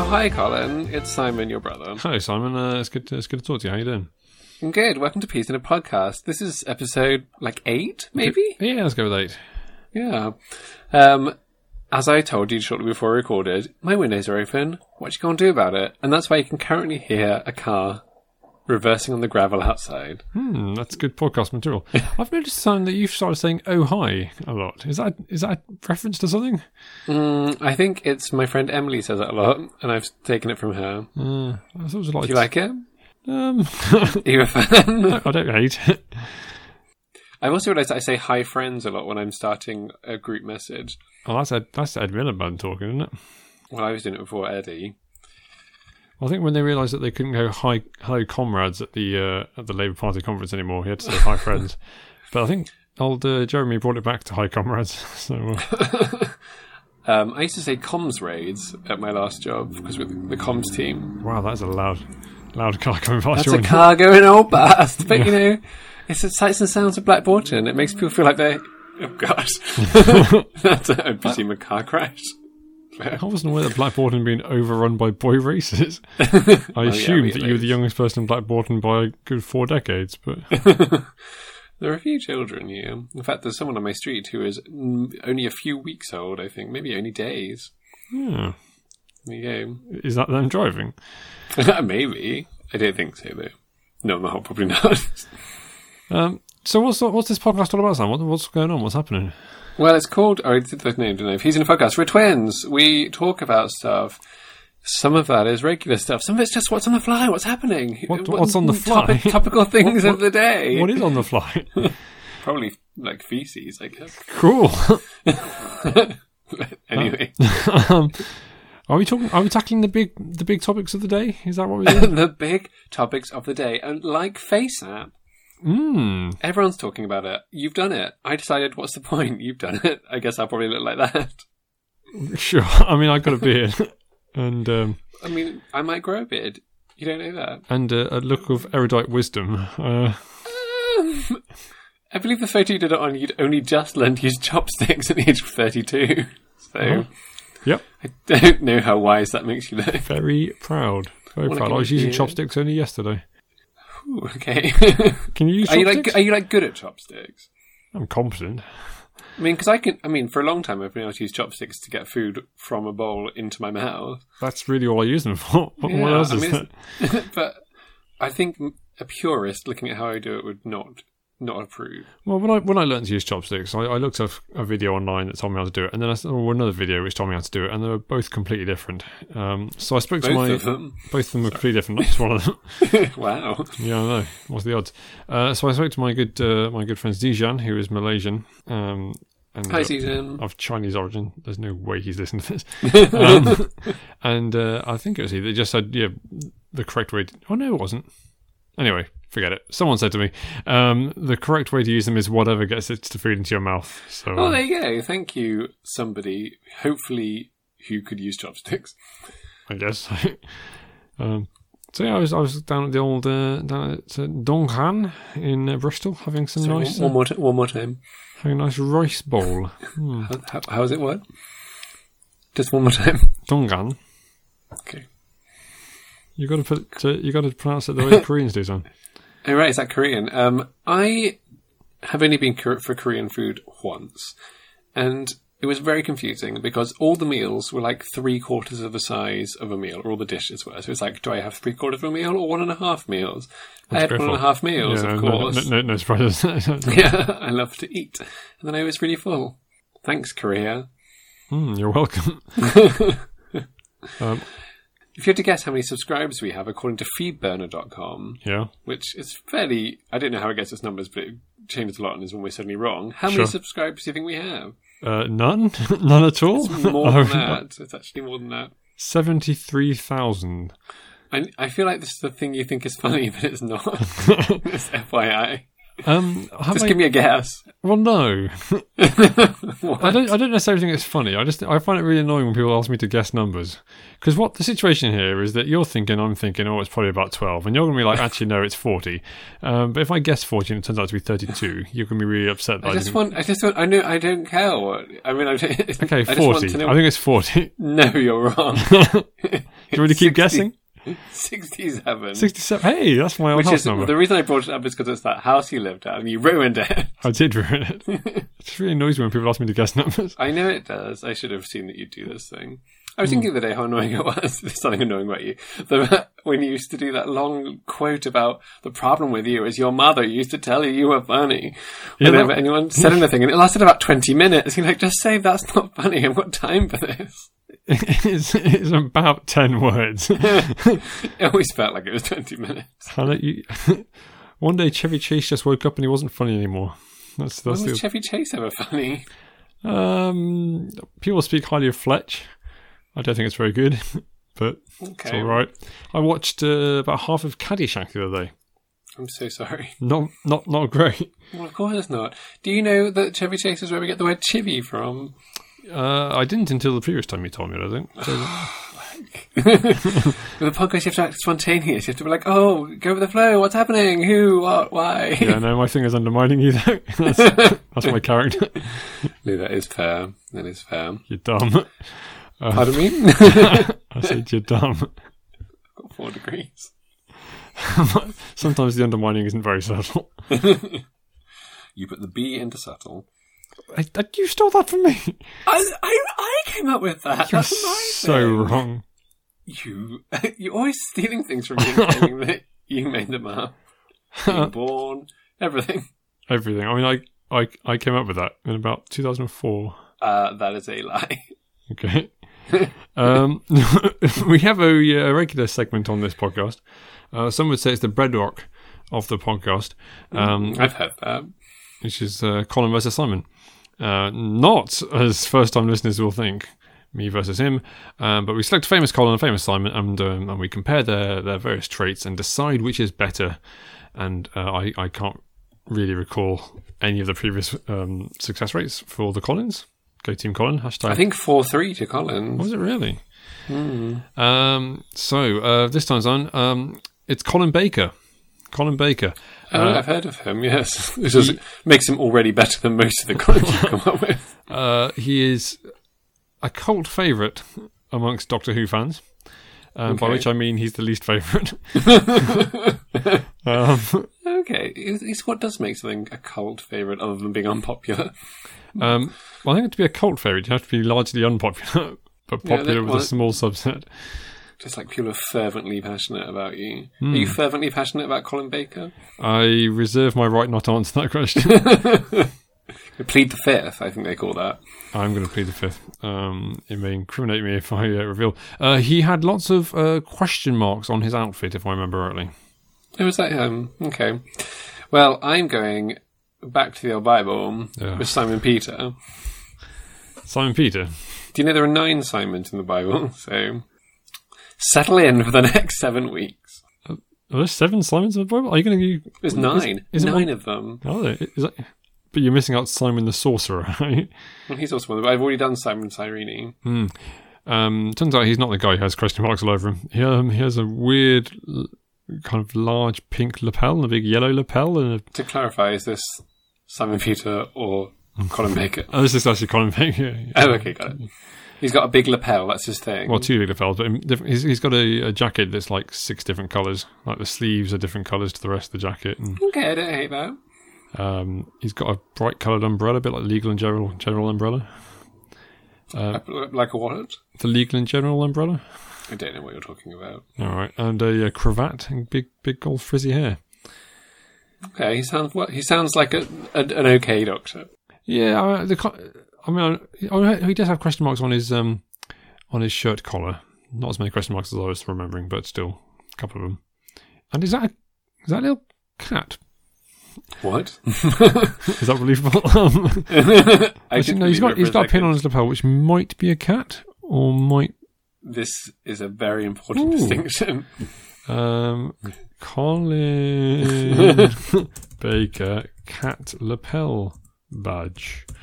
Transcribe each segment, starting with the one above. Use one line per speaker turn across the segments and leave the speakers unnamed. Oh, hi, Colin. It's Simon, your brother.
Hi, Simon. Uh, it's good. To, it's good to talk to you. How you doing?
I'm good. Welcome to Peas in a Podcast. This is episode like eight, maybe.
Yeah, let's go with eight.
Yeah. Um, as I told you shortly before I recorded, my windows are open. What you gonna do about it? And that's why you can currently hear a car reversing on the gravel outside.
Hmm, that's good podcast material. I've noticed, Simon, that you've started saying "oh hi" a lot. Is that is that a reference to something?
Mm, I think it's my friend Emily says it a lot, and I've taken it from her.
Uh, I thought it was
Do you like it?
Um,
Are you a fan?
I don't hate. it.
I've also realised that I say hi friends a lot when I'm starting a group message.
well, that's Ed, that's Ed Miliband talking, isn't it?
Well, I was doing it before Eddie.
I think when they realised that they couldn't go "hi, hello, comrades" at the uh, at the Labour Party conference anymore, he had to say "hi, friends." But I think old uh, Jeremy brought it back to "hi, comrades." So uh,
Um, I used to say comms raids at my last job because with the comms team.
wow, that's a loud loud car coming past
That's
you.
a car going all past, but you know, it's the sights and sounds of Black Borton. It makes people feel like they're. Oh gosh, that's a presume a car crash.
I wasn't aware that Black Borton had been overrun by boy racers. I assumed
we-
that you were the youngest person in Black Borton by a good four decades, but
There are a few children here. In fact, there's someone on my street who is mm, only a few weeks old. I think maybe only days.
yeah.
There you
is that them driving?
go. maybe I don't think so though. No, no, probably not.
Um, so what's what's this podcast all about, Sam? What, what's going on? What's happening?
Well, it's called. Oh, I did the name, didn't I? He's in a podcast. We're twins. We talk about stuff. Some of that is regular stuff. Some of it's just what's on the fly, what's happening,
What- what's on the fly?
topic- topical things
What-
of the day.
What is on the fly?
Probably like feces, I guess.
cool.
anyway,
um, are we talking? Are we tackling the big the big topics of the day? Is that what we're doing?
the big topics of the day, and like FaceApp,
Hmm.
everyone's talking about it. You've done it. I decided. What's the point? You've done it. I guess I'll probably look like that.
sure. I mean, I got a beard and um,
I mean, I might grow a beard. You don't know that.
and uh, a look of erudite wisdom. Uh,
Um, I believe the photo you did it on, you'd only just learned to use chopsticks at the age of 32. So
Uh-huh. yep.
I don't know how wise that makes you look.
Very proud. Very
Well, I
proud. I
can
was using
hear.
chopsticks only yesterday.
Ooh, okay.
Can you use
are you
chopsticks?
like are you like good at chopsticks?
I'm confident.
I mean, because I can. I mean, for a long time, I've been able to use chopsticks to get food from a bowl into my mouth.
That's really all I use them for. What, what
Yeah,
else
I
is
mean,
that?
But I think a purist looking at how I do it would not not approve.
Well, when I when I learned to use chopsticks, I, I looked up a video online that told me how to do it, and then I saw another video which told me how to do it, and they were both completely different. Um, so I spoke to
Both
my
of them.
both of them were completely different, not just one of them.
wow.
Yeah, I know. What's the odds? Uh, so I spoke to my good uh, my good friend Zijan, who is Malaysian. Um, and,
Hi,
uh,
Susan.
of Chinese origin. There's no way he's listening to this. um, and uh, I think it was he that just said, yeah, the correct way. To, oh, no, it wasn't. Anyway, forget it. Someone said to me, um, the correct way to use them is whatever gets it to food into your mouth. So,
Oh,
uh,
there you go. Thank you, somebody. Hopefully, who could use chopsticks.
I guess. um, so yeah, I was I was down at the old uh, down at uh, Donghan in uh, Bristol having some
Sorry,
nice uh,
one, one more t- one more time.
having a nice rice bowl.
How, how, how is it? What? Just one more time.
Donghan.
Okay.
You got to put uh, you got to pronounce it the way Koreans do, son.
All Oh, right. Is that Korean? Um, I have only been Kor- for Korean food once, and it was very confusing because all the meals were like three quarters of the size of a meal, or all the dishes were. So it's like, do I have three quarters of a meal or one and a half meals? I had one and a
dreadful.
half meals,
Yeah,
of
no-
course.
No, no, no surprises.
Yeah, I love to eat. And then I was really full. Thanks, Korea.
Mm, you're welcome. um,
If you had to guess how many subscribers we have according to feedburner.com,
yeah.
which is fairly, I don't know how it gets its numbers, but it changes a lot and is almost certainly wrong. How many
Sure.
subscribers do you think we have?
Uh, none? none at all? Oh,
More than that. It's actually more than that.
73,000.
I, I feel like this is the thing you think is funny, but it's not. it's FYI.
Um, have
Just
I-
give me a guess.
well, no, I
What?
don't. I don't necessarily think it's funny. I just I find it really annoying when people ask me to guess numbers because what the situation here is that you're thinking, I'm thinking, oh, it's probably about twelve, and you're going to be like, actually, no, it's forty. Um, but if I guess forty and it turns out to be thirty-two, you're going to be really upset. That I,
I just
didn't-
want. I just want. I know. I don't care what. I mean, I don't,
okay,
I just
forty.
want to know.
I think it's forty.
no, you're wrong.
Do you really
60.
keep guessing?
Sixty-seven.
Sixty-seven. Hey, that's my old
which
house
is
number.
the reason I brought it up is because it's that house you lived at, and you ruined it.
I did ruin it. it just really annoys me when people ask me to guess numbers.
I know it does. I should have seen that you do this thing. I
Hmm.
was thinking the day how annoying it was. There's something annoying about you. The, when you used to do that long quote about the problem with you is your mother used to tell you you were funny
Yeah,
whenever
that-
anyone said anything, and it lasted about 20 minutes. You're like, just say that's not funny. I've got time for this.
it's, it's about ten words.
It always felt like it was 20 minutes.
Hannah, you, one day Chevy Chase just woke up and he wasn't funny anymore. That's that's
When was
the,
Chevy Chase ever funny?
um. People speak highly of Fletch. I don't think it's very good, but it's
Okay.
all right. I watched uh, about half of Caddyshack the other day.
I'm so sorry.
Not not not great.
Well, of course it's not. Do you know that Chevy Chase is where we get the word chivy from?
Uh, I didn't until the previous time you told me. I don't think. So,
With a podcast, you have to act spontaneous. You have to be like, "Oh, go with the flow. What's happening? Who? What? Why?"
yeah, no, my finger's undermining you though. That's, that's my character.
No, that is fair. That is fair.
You're dumb. Oh.
Pardon me.
I said you're dumb.
Four degrees.
Sometimes the undermining isn't very subtle.
You put the B into subtle.
I, I, you stole that from me.
I, I, I came up with that.
You're
That's my
so
thing.
wrong.
You, you're always stealing things from me, and claiming that you made them up. Being born, everything.
Everything. I mean, I, I, I came up with that in about 2004.
Uh, that is a lie.
Okay. um, we have a, uh regular segment on this podcast. Uh, some would say it's the breadwalk of the podcast, um,
I've heard that.
which is uh, Colin versus Simon. Uh, not as first time listeners will think, me versus him, um, but we select a famous Colin and a famous Simon and, um, and we compare their, their various traits and decide which is better. And uh, I, I can't really recall any of the previous um, success rates for the Collins. Go Team Colin, hashtag.
I think Hmm. four three to Collins.
Was it really? Um, so uh, this time's on. Um, it's Colin Baker. Colin Baker.
Oh, I've heard of him. Yes, this is, makes him already better than most of the Collins you come up with.
Uh, he is a cult favourite amongst Doctor Who fans. Um, By
Okay.
which I mean he's the least Um, favourite.
Okay, it's it's what does make something a cult favourite other than being unpopular.
um, well, I think to be a cult favourite, you have to be largely unpopular, but
Yeah,
popular
that-
with
well,
a small subset.
Just like people are fervently passionate about you. Are
Hmm.
you fervently passionate about Colin Baker?
I reserve my right not to answer that question.
Plead the fifth, I think they call that.
I'm going to plead the fifth. Um, it may incriminate me if I uh, reveal. Uh, he had lots of uh, question marks on his outfit, if I remember rightly.
Oh, is that him? Okay. Well, I'm going back to the old Bible
Yeah.
with Simon Peter.
Simon Peter.
Do you know there are nine Simons in the Bible? So settle in for the next seven weeks.
Are there seven Simons in the Bible? Are you going to?
There's nine.
is it
nine
one-
of them.
Are Oh, there? Is that? But you're missing out Simon the Sorcerer. right?
Well, he's also one of them. I've already done Simon Cyrene.
um, turns out he's not the guy who has question marks all over him. He, um, he has a weird, l- kind of large pink lapel and a big yellow lapel. And
To clarify, is this Simon Peter or Colin Baker?
a, oh, this is actually Colin Baker.
Oh, okay, got it. He's got a big lapel. That's his thing.
Well, two big lapels, but in diff- he's, he's got a, a jacket that's like six different colours. Like the sleeves are different colours to the rest of the jacket. And
Okay, I don't hate that.
um, he's got a bright coloured umbrella, a bit like legal and general general umbrella. Uh.
I look like a wallet.
The legal and general umbrella.
I don't know what you're talking about.
All right, and a, uh cravat and big, big gold frizzy hair.
Okay, he sounds what he sounds like a, a, an okay doctor.
Yeah, I, the, co- I mean, I, I, he does have question marks on his um, on his shirt collar. Not as many question marks as I was remembering, but still, a couple of them. And is that a, is that a little cat?
What?
Is that believable? Um,
I
no, he's got he's got a pin on his lapel, which might be a cat or might
This is a very important
Ooh.
distinction.
um, Colin Baker cat lapel badge.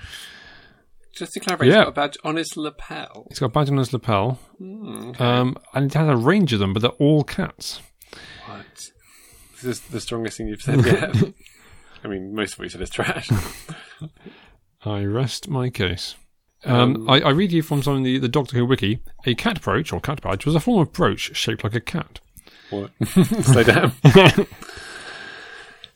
Just to clarify, he's
Yeah.
got a badge on his lapel.
He's got a badge on his lapel,
Hmm,
um, and he has a range of them, but they're all cats.
what? This is the strongest thing you've said yet. I mean, most of what you said is trash.
I rest my case. Um, I, I read you from something the, the Doctor Who wiki. A cat brooch or cat badge was a form of brooch shaped like a cat.
What? Slow down.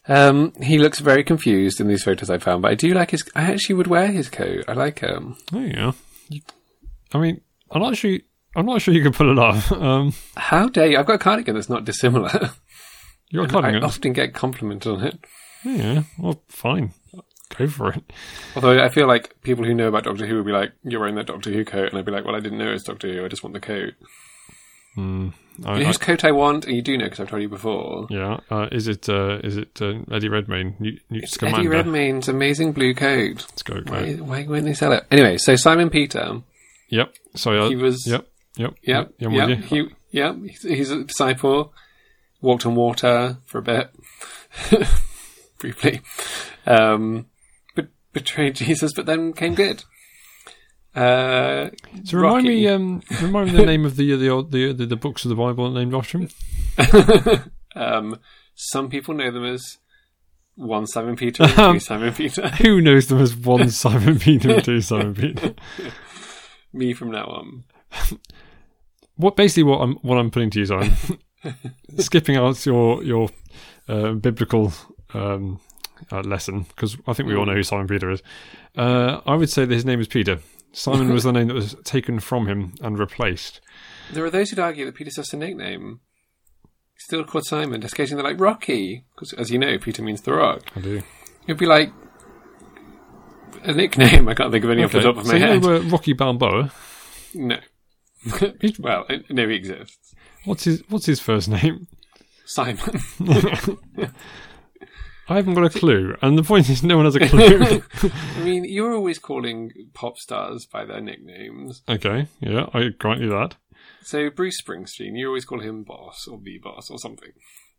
um, he looks very confused in these photos I found, but I do like his. I actually would wear his coat. I like um, him.
Oh yeah. You- I mean, I'm not sure. I'm not sure you could pull it off. Um,
How dare you? I've got a cardigan that's not dissimilar.
you're
I
cutting it. Oh,
often get complimented on it.
Yeah. Well, fine. Go for it.
Although I feel like people who know about Doctor Who would be like, "You're wearing that Doctor Who coat," and I'd be like, "Well, I didn't know it was Doctor Who. I just want the coat."
I,
And
I,
whose coat I want, and you do know because I've told you before.
yeah. Uh, is it? Uh, is it uh, Eddie Redmayne? Newt, Newt's commander.
Eddie Redmayne's amazing blue coat.
Let's go. go.
Why, why wouldn't they sell it? Anyway, so Simon Peter.
Yep. So uh,
He was-
Yep. Yep.
Yep.
Yeah, I'm
yep.
with you.
He, yep. He's, he's a disciple. Walked on water for a bit, briefly. Um, but betrayed Jesus, but then came good. Uh,
So remind
Rocky.
me, um, remind me the name of the the, old, the the the books of the Bible named after him.
um, some people know them as one Simon Peter and two Simon Peter.
Who knows them as one Simon Peter and two Simon Peter?
Me from now on.
What basically what I'm what I'm putting to you is I'm skipping out your your uh, biblical um, uh, lesson because I think we all know who Simon Peter is. Uh, I would say that his name is Peter. Simon was the name that was taken from him and replaced.
There are those who'd argue that Peter's just a nickname. He's Still called Simon. Occasionally they're like Rocky, because as you know, Peter means the rock.
I do.
It'd be like a nickname. I can't think of any off the top of
so
my
you
head.
know uh, Rocky Balboa.
No. well, I- no, he exists.
What's his What's his first name?
Simon.
I haven't got a clue, and the point is, no one has a clue.
I mean, you're always calling pop stars by their nicknames.
okay, yeah, I grant you that.
So Bruce Springsteen, you always call him boss or the boss or something.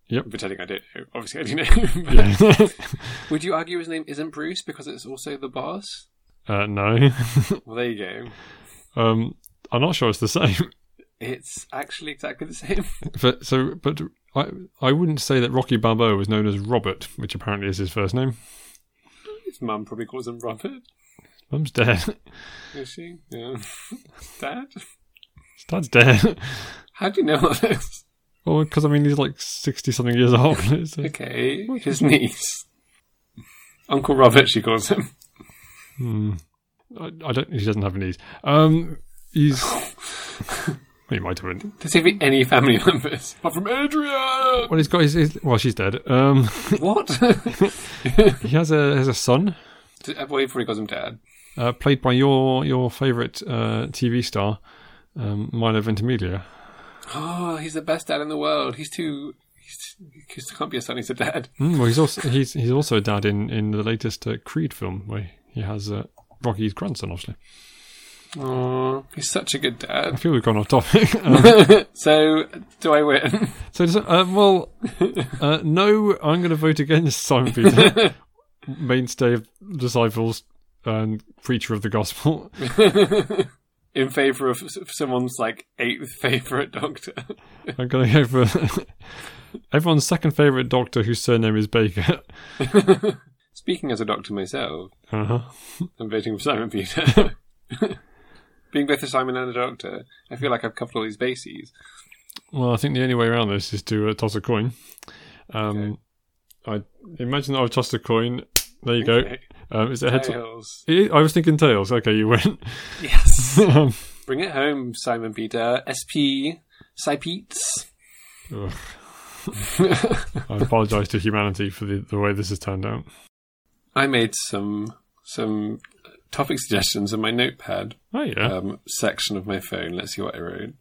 Yep.
I'm pretending I don't know. Obviously, I do know. But Would you argue his name isn't Bruce because it's also the boss?
uh, no,
Well, there you go.
um, I'm not sure it's the same.
It's actually exactly the same.
But so, but I I wouldn't say that Rocky Balboa was known as Robert, which apparently is his first name.
His mum probably calls him Robert.
Mum's dead. His
Is she? Yeah. Dad?
dad's dead.
How do you know all this?
Well, because I mean, he's like sixty something years old. It's uh, like,
Okay, his niece. Uncle Robert, she calls him.
I, I don't. He doesn't have a knees. Um, he's. well, he might have. A,
Does he have any family members? Apart from Adrian!
well, he's got his, his. Well, she's dead. Um,
What?
he has a has a son.
Well, he probably calls him Dad.
uh, played by your your favorite uh, TV star, um, Milo Ventimiglia.
Oh, he's the best dad in the world. He's too. He's, he just can't be a son, he's a dad.
Mm, well, he's also he's he's also a dad in in the latest uh, Creed film where he has uh, Rocky's grandson. Obviously,
Oh, he's such a good
I
dad.
feel we've gone off topic. Um,
So, do I win?
so does- uh, well, uh, no, I'm going to vote against Simon Peter, mainstay of disciples and preacher of the gospel.
In favour of s- someone's like eighth favourite doctor.
I'm going to go for. Everyone's second favourite doctor, whose surname is Baker.
Speaking as a doctor myself,
Uh-huh.
I'm voting for Simon Peter. Being both a Simon and a doctor, I feel like I've covered all these bases.
Well, I think the only way around this is to uh, toss a coin. Um, I imagine that I've tossed a coin. There you
Okay.
go. Um, is it heads?
Tails.
I I was thinking tails. Okay, you win.
Yes.
Um,
Bring it home, Simon Peter. SP. Cypeats.
ugh. I apologise to humanity for the, the way this has turned out.
I made some some topic suggestions in my notepad
Oh yeah,
um, section of my phone. Let's see what I wrote.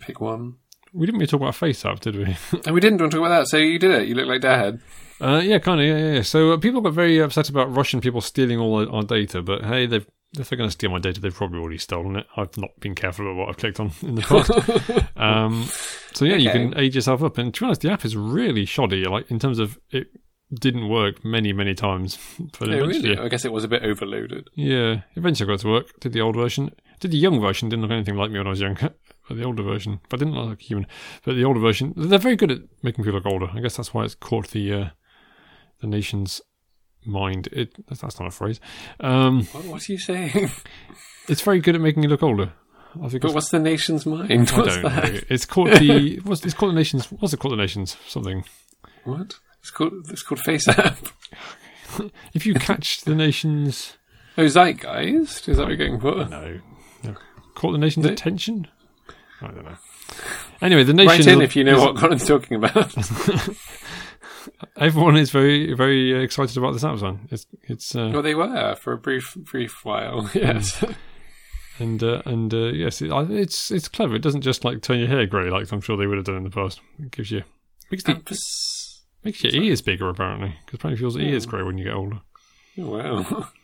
Pick one.
we didn't really talk about face up, did we?
And we didn't want to talk about that, so you did it. You look like dad.
uh, yeah, kind of. Yeah, yeah. yeah. So uh, people got very upset about Russian people stealing all our, our data, but hey, they've if they're going to steal my data, they've probably already stolen it. I've not been careful about what I've clicked on in the past. um, so yeah, you
Okay.
can age yourself up. And to be honest, the app is really shoddy. Like in terms of it didn't work many many times. But
Oh,
eventually,
really? I guess it was a bit overloaded.
yeah, eventually I got to work. Did the old version. Did the young version. Didn't look anything like me when I was younger. But the older version, but didn't look like a human. But the older version, they're very good at making people look older. I guess that's why it's caught the uh, the nation's mind. It that's not a phrase. Um,
What, what are you saying?
it's very good at making you look older. I think
but
it's,
what's the nation's mind?
I
What's
don't
that?
know. It's called the what's it's called the nations. What's it called? The nations something.
What? It's called it's called Face App.
If you catch the nations,
Oh, Zeitgeist? Is that what you're going for?
no, no, caught the nation's attention. I don't know. Anyway, the nation.
Write in if you know what Colin's talking about.
Everyone is very very uh, excited about this Amazon. It's it's uh,
well, they were for a brief brief while. Yes.
and uh, and uh, yes, it, I- it's it's clever. It doesn't just like turn your hair grey like I'm sure they would have done in the past. It gives you makes the,
Oops.
makes your ears bigger apparently because apparently feels ears grey when you get older.
Oh, wow.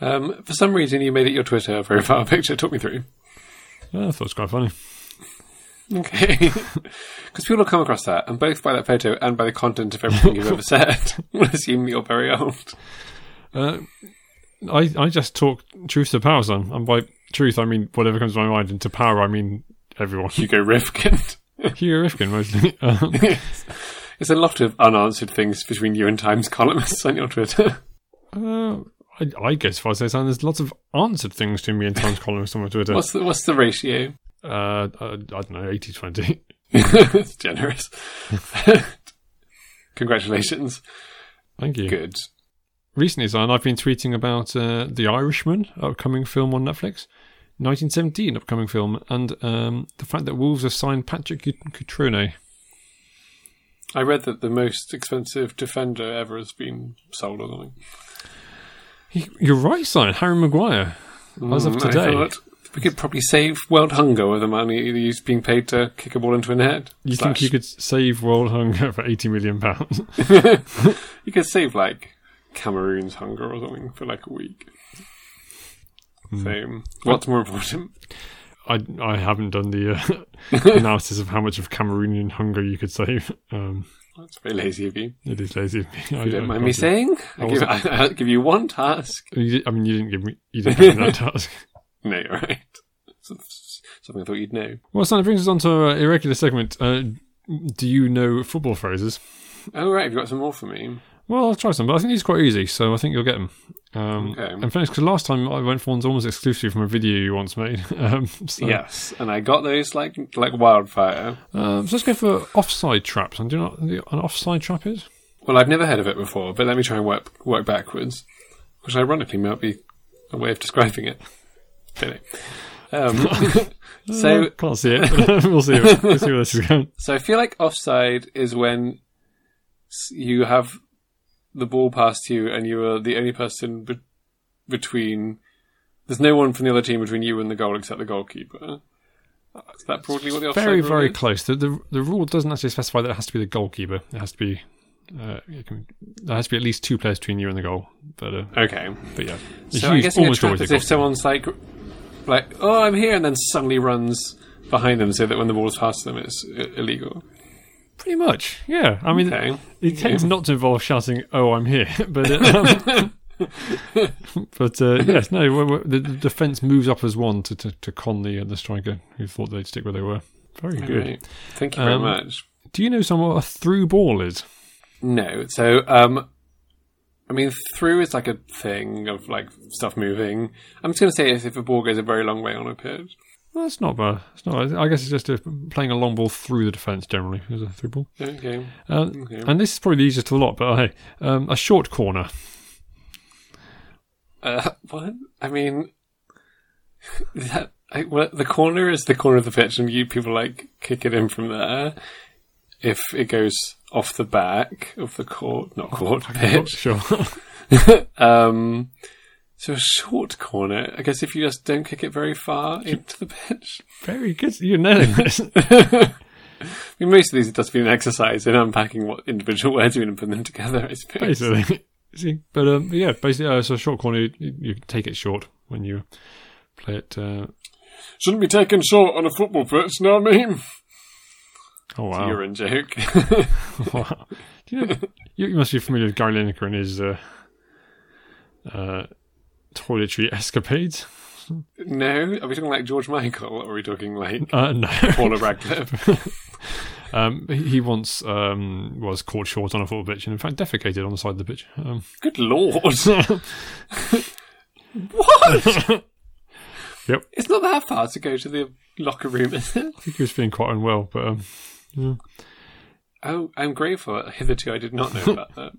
Um, for some reason, you made it your Twitter profile picture. Talk me through.
Yeah, I thought it was quite funny.
Okay. Because people will come across that, and both by that photo and by the content of everything you've ever said, will assume that you're very old.
Uh, I I just talk truth to power, son. And by truth, I mean whatever comes to my mind, and to power, I mean everyone.
Hugo Rifkin.
Hugh Rifkin, mostly. Um,
There's a lot of unanswered things between you and Times columnists on your Twitter.
uh, I, I guess if I say something, there's lots of answered things to me in Times columns on my Twitter.
What's the, what's the ratio?
Uh, I, I don't know, 80 20.
It's generous. Congratulations.
Thank you.
Good.
Recently, son, I've been tweeting about uh, The Irishman, upcoming film on Netflix. 1917 upcoming film, and um, the fact that Wolves have signed Patrick Cut- Cutrone.
I read that the most expensive defender ever has been sold or something.
He, you're right, son. Harry Maguire. As of
Mm, I
today,
thought we could probably save world hunger with the money he's being paid to kick a ball into a net.
You
Slash,
think you could save world hunger for eighty million pounds?
you could save like Cameroon's hunger or something for like a week.
Hmm.
So what's more important?
I I haven't done the uh, analysis of how much of Cameroonian hunger you could save. Um,
That's very lazy of you.
it is lazy of me. I
You don't
I
mind me
can't
saying? I give,
wasn't-
I, I'll give you one task.
do- You di- I mean, you didn't give me you didn't give me that task.
No, you're right. Something I thought you'd know.
Well, so that brings us on to our irregular segment. Uh, do you know football phrases?
Oh right, you've got some more for me.
Well, I'll try some, but I think these are quite easy, so I think you'll get them. Um,
Okay.
And finished because last time I went for ones almost exclusively from a video you once made. Um, so,
Yes, and I got those like like wildfire.
Um, so let's go for offside traps. And do you know what the- an offside trap is?
Well, I've never heard of it before, but let me try and work work backwards, which ironically might be a way of describing it. Don't know. Um, so,
Uh, Can't see it. we'll see. It. We'll see where this is going.
so I feel like offside is when s- you have the ball past you, and you are the only person be- between. There's no one from the other team between you and the goal except the goalkeeper. Is that broadly what the offside
Very,
rule
very
is?
close. The, the the rule doesn't actually specify that it has to be the goalkeeper. It has to be. Uh, it can, there has to be at least two players between you and the goal. But uh,
Okay,
but yeah, it's
So I'm
used
guessing a
almost
trap
always
is
the
if someone's like, like, oh, I'm here, and then suddenly runs behind them, so that when the ball is past them, it's i- illegal.
goalkeeper. pretty much. Yeah, I mean,
Okay.
it tends not to involve shouting, "Oh, I'm here," but. uh, um, But uh, yes, no. we the, the defense moves up as one to, to, to con the uh, the striker who thought they'd stick where they were. Very good.
Right. Thank you very
Um,
much.
Do you know someone what a through ball is?
No, so um, I mean, through is like a thing of like stuff moving. I'm just gonna say if, if a ball goes a very long way on a pitch.
Well, that's not bad. It's not. I guess it's just a, playing a long ball through the defence generally is a through ball.
Okay,
Um,
Okay.
And this is probably the easiest to a lot, but hey, um, a short corner.
uh, what? I mean, that. I, well, the corner is the corner of the pitch, and you people like kick it in from there. If it goes off the back of the court, not court,
Not
pitch,
sure.
Um, so a short corner. I guess if you just don't kick it very far into the pitch.
Very good. You're nailing this.
I mean, most of these have just been an exercise in unpacking what individual words mean and putting them together. I suppose.
Basically, See, but um, but yeah, basically, uh, so short corner, you, you take it short when you play it. Uh,
Shouldn't be taken short on a football pitch, know what I mean?
oh wow!
You're in joke.
Wow. Do you, know, you, you must be familiar with Gary Lineker and his uh, uh, toiletry escapades.
no? Are we talking like George Michael or are we talking like
Uh, no,
Paula Radcliffe?
um, he he once um, was caught short on a football pitch, and in fact defecated on the side of the pitch. Um,
Good lord. What?
Yep.
It's not that far to go to the locker room, is it?
I think he was feeling quite unwell, but um,
Oh, I'm grateful. Hitherto, I did not know about that.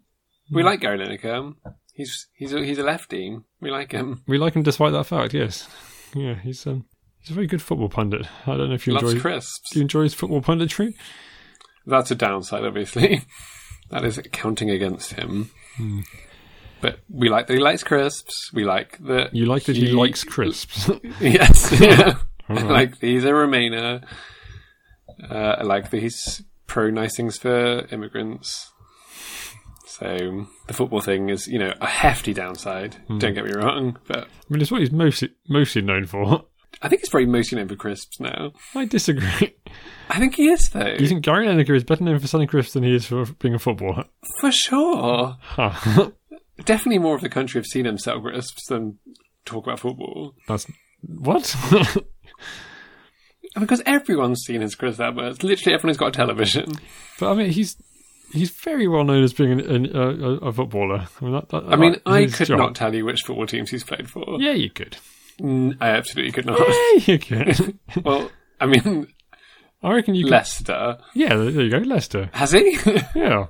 We like Gary Lineker. He's he's a, he's a lefty. We like him.
we like him despite that fact. Yes, yeah, he's um, he's a very good football pundit. I don't know if you
Loves
enjoy.
crisps.
Do you enjoy his football punditry?
That's a downside, obviously. That is counting against him.
Hmm.
But we like that he likes crisps. We like that.
You like that he, likes crisps.
Yes. Yeah. I like that he's a Remainer. Uh, I like that he's pro nice things for immigrants. So the football thing is, you know, a hefty downside.
Hmm.
Don't get me wrong, but
I mean, it's what he's mostly mostly known for.
I think it's probably mostly known for crisps now.
I disagree.
I think he is though,
Do you think Gary Lineker is better known for selling crisps than he is for being a footballer? Ah,
for sure.
Huh.
Definitely more of the country have seen him sell crisps than talk about football
That's what?
because everyone's seen his crisps adverts. Literally everyone who's got a television.
but I mean, he's he's very well known as being an, an, uh, a, a footballer. I mean, that, that,
I mean, I
his
could
job-
not tell you which football teams he's played for.
Yeah, you could.
N- I absolutely could not.
Yeah, you could.
well, I mean,
I reckon you could.
Leicester.
yeah, there there you go, Leicester.
Has he?
Yeah.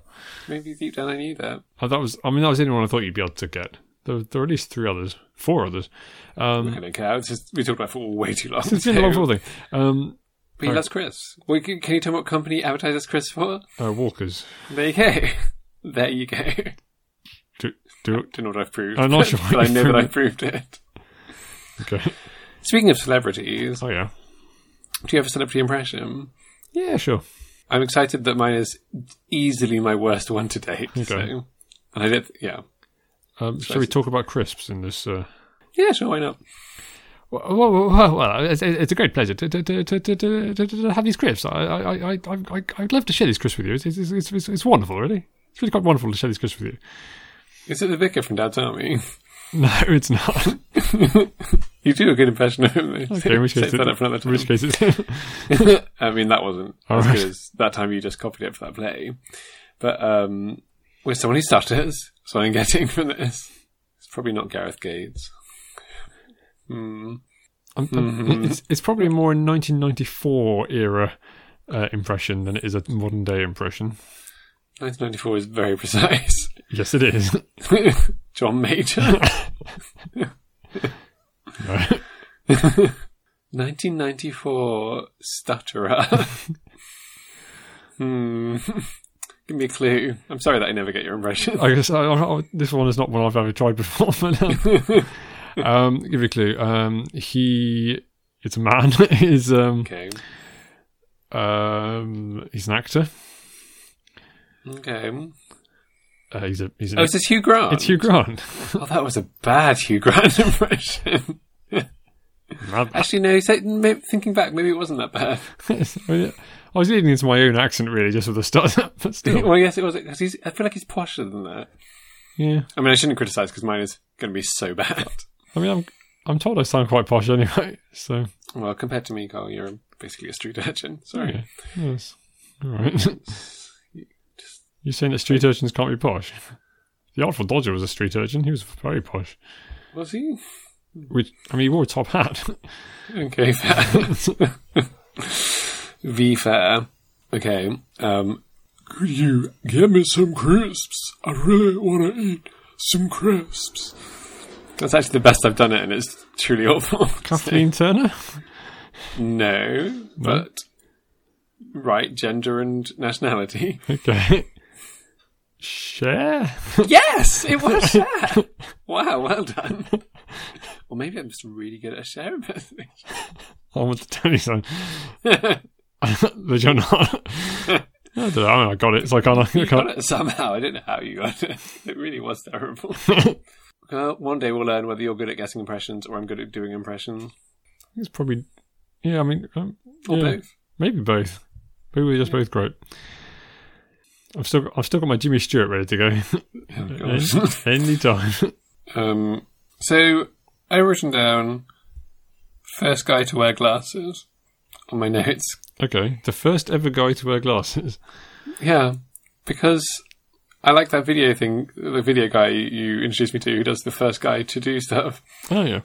Maybe deep down I knew that.
Oh, that was. I mean, that was the only one I thought you'd be able to get. There, were- there were at least three others, four others. Um,
I don't care. It's just, we talked about football way too long.
it's been a long
so-
football thing. Um,
But he loves Chris. Well, can can you tell me what company advertises Chris for?
uh, Walkers.
There you go. There you go.
Do, do
don't know what I've proved.
I'm not sure
but I
what
know
you've
that I proved it.
okay.
Speaking of celebrities,
Oh yeah.
do you have a celebrity impression?
Yeah, sure.
I'm excited that mine is easily my worst one to date.
Okay.
So. And I did, yeah.
Um, shall we talk about crisps in this? Uh,
Yeah, sure, why not?
well, well, well, well, it's, it's a great pleasure to, to, to, to, to, to, to have these crisps. I, I, I, I, I- I'd love to share these crisps with you. It's, it's, it's, it's, it's wonderful, really. It's really quite wonderful to share these crisps with you.
Is it the vicar from Dad's Army?
No, it's not.
You do a good impression of him. though.
Okay, in which
Save
case, it-
that up for another
in
time.
which case it's
I mean, that wasn't
All
as
right.
good as that time you just copied it for that play. But um, with someone who stutters, so I'm getting from this, it's probably not Gareth Gates.
I'm, I'm-
Mm-hmm.
it's, it's probably a more 1994 era uh, impression than it is a modern day impression.
1994 is very precise.
Yes, it is.
John Major.
No.
1994 stutterer. hmm. Give me a clue. I'm sorry that I never get your impression.
I guess I, I, I- this one is not one I've ever tried before. But, um, um, give you a clue. Um, he, it's a man. is um,
Okay.
um, he's an actor.
Okay.
Uh, he's a he's an,
Oh, is this Hugh Grant?
it's Hugh Grant.
Oh, that was a bad Hugh Grant impression.
I,
Actually, no. So, maybe, thinking back, maybe it wasn't that bad.
Oh, I was leading into my own accent really, just with the start. But still,
well, yes, it was. 'cause he's, I feel like he's posher than that.
yeah.
I mean, I shouldn't criticise because mine is going to be so bad.
I mean, I'm I'm told I sound quite posh anyway. So
Well, compared to me, Carl, you're basically a street urchin. Sorry.
yeah, yes. all right. You're saying that street urchins can't be posh? The Artful Dodger was a street urchin. He was very posh.
Was he?
Which I mean, he wore a top hat.
Okay, fair. v fair. Okay. Um, Could you get me some crisps? I really want to eat some crisps. That's actually the best I've done it, and it's truly awful.
Kathleen Turner.
No, but right, gender and nationality.
Okay. Cher.
yes, it was Cher. wow, well done. Or maybe I'm just really good at Cher impersonation.
I want to tell you something. that you're not. I don't know. I, mean, I got it, so I can't. I
You got
can't.
it somehow. I don't know how you got it. It really was terrible. Uh, one day we'll learn whether you're good at guessing impressions or I'm good at doing impressions.
It's probably. Yeah, I mean, um,
Or
yeah,
both.
Maybe both. Maybe we're just both great. I've still, got, I've still got my Jimmy Stewart ready to go.
Oh, God.
Any time.
um, so I written down first guy to wear glasses on my notes.
Okay, the first ever guy to wear glasses.
Yeah, because I like that video thing, the video guy you introduced me to who does the first guy to do stuff.
Oh yeah.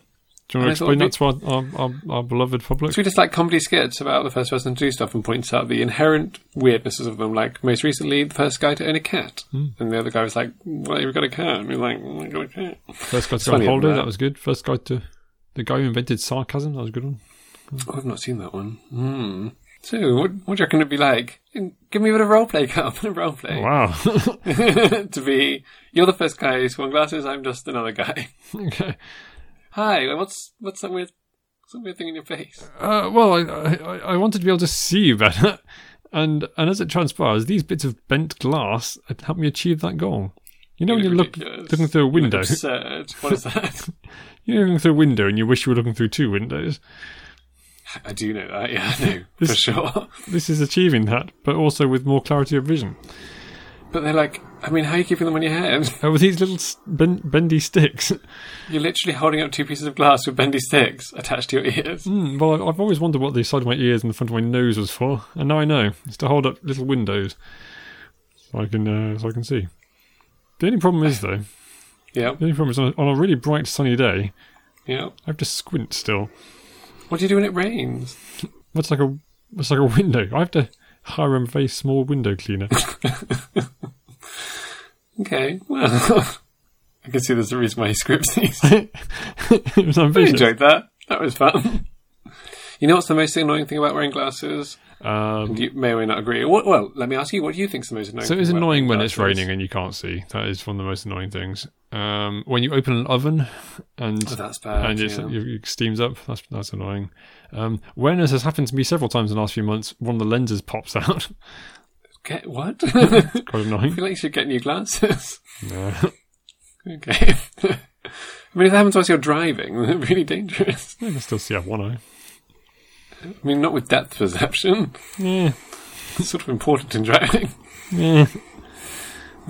Do you
And I
want to explain
thought
that to our, our, our, our beloved public?
So we just like comedy skits about the first person to do stuff and points out the inherent weirdnesses of them. Like most recently, the first guy to own a cat, and the other guy was like, "Well, you've got a cat," and he's like, "Mm, "I got a cat."
First guy to go on
funny,
holiday,
isn't it?
that was good. First guy to the guy who invented sarcasm, that was a good one.
Oh, I've not seen that one. Hmm. So, what, what do you reckon it'd be like? Give me a bit of roleplay, Carl. roleplay.
Wow.
to be, you're the first guy who's worn glasses, I'm just another guy.
okay.
Hi, what's what's that weird, what's that weird thing in your face?
Uh, well, I, I I wanted to be able to see you better, and and as it transpires, these bits of bent glass help me achieve that goal. You know, when
You
you
look
Oh, look
ridiculous.
looking through a window,
Absurd. What is that?
you're looking through a window, and you wish you were looking through two windows.
I do know that, yeah, I know, for
This-
sure.
This is achieving that, but also with more clarity of vision.
But they're like, I mean, how are you keeping them on your head?
Uh, with these little s- ben- bendy sticks.
You're literally holding up two pieces of glass with bendy sticks attached to your ears.
Hmm, well, I- I've always wondered what the side of my ears and the front of my nose was for, and now I know. It's to hold up little windows, so I can uh, so I can see. The only problem is though,
Yep,
the only problem is on a, on a really bright sunny day,
yep.
I have to squint still.
What do you do when it rains?
That's like a that's like a window. I have to hire a very small window cleaner.
Okay, well, I can see there's a reason why he scripts these.
it was
I
ambitious.
enjoyed that. That was fun. You know what's the most annoying thing about wearing glasses?
Um,
You may or may not agree. Well, well let me ask you, what do you think's the most annoying?
so
thing
it's
about
annoying when
wearing
it's
glasses?
raining and you can't see. That is one of the most annoying things. Um, when you open an oven and
Oh, that's bad.
and it's,
yeah.
you- it steams up. That's that's annoying. Um, awareness has happened to me several times in the last few months. One of the lenses pops out.
Get what? I
Quite annoying.
feel like you should get new glasses.
No.
okay. I mean, if that happens whilst you're driving, they're really dangerous.
I can still see out one eye.
I mean, not with depth perception.
Yeah,
It's sort of important in driving.
yeah.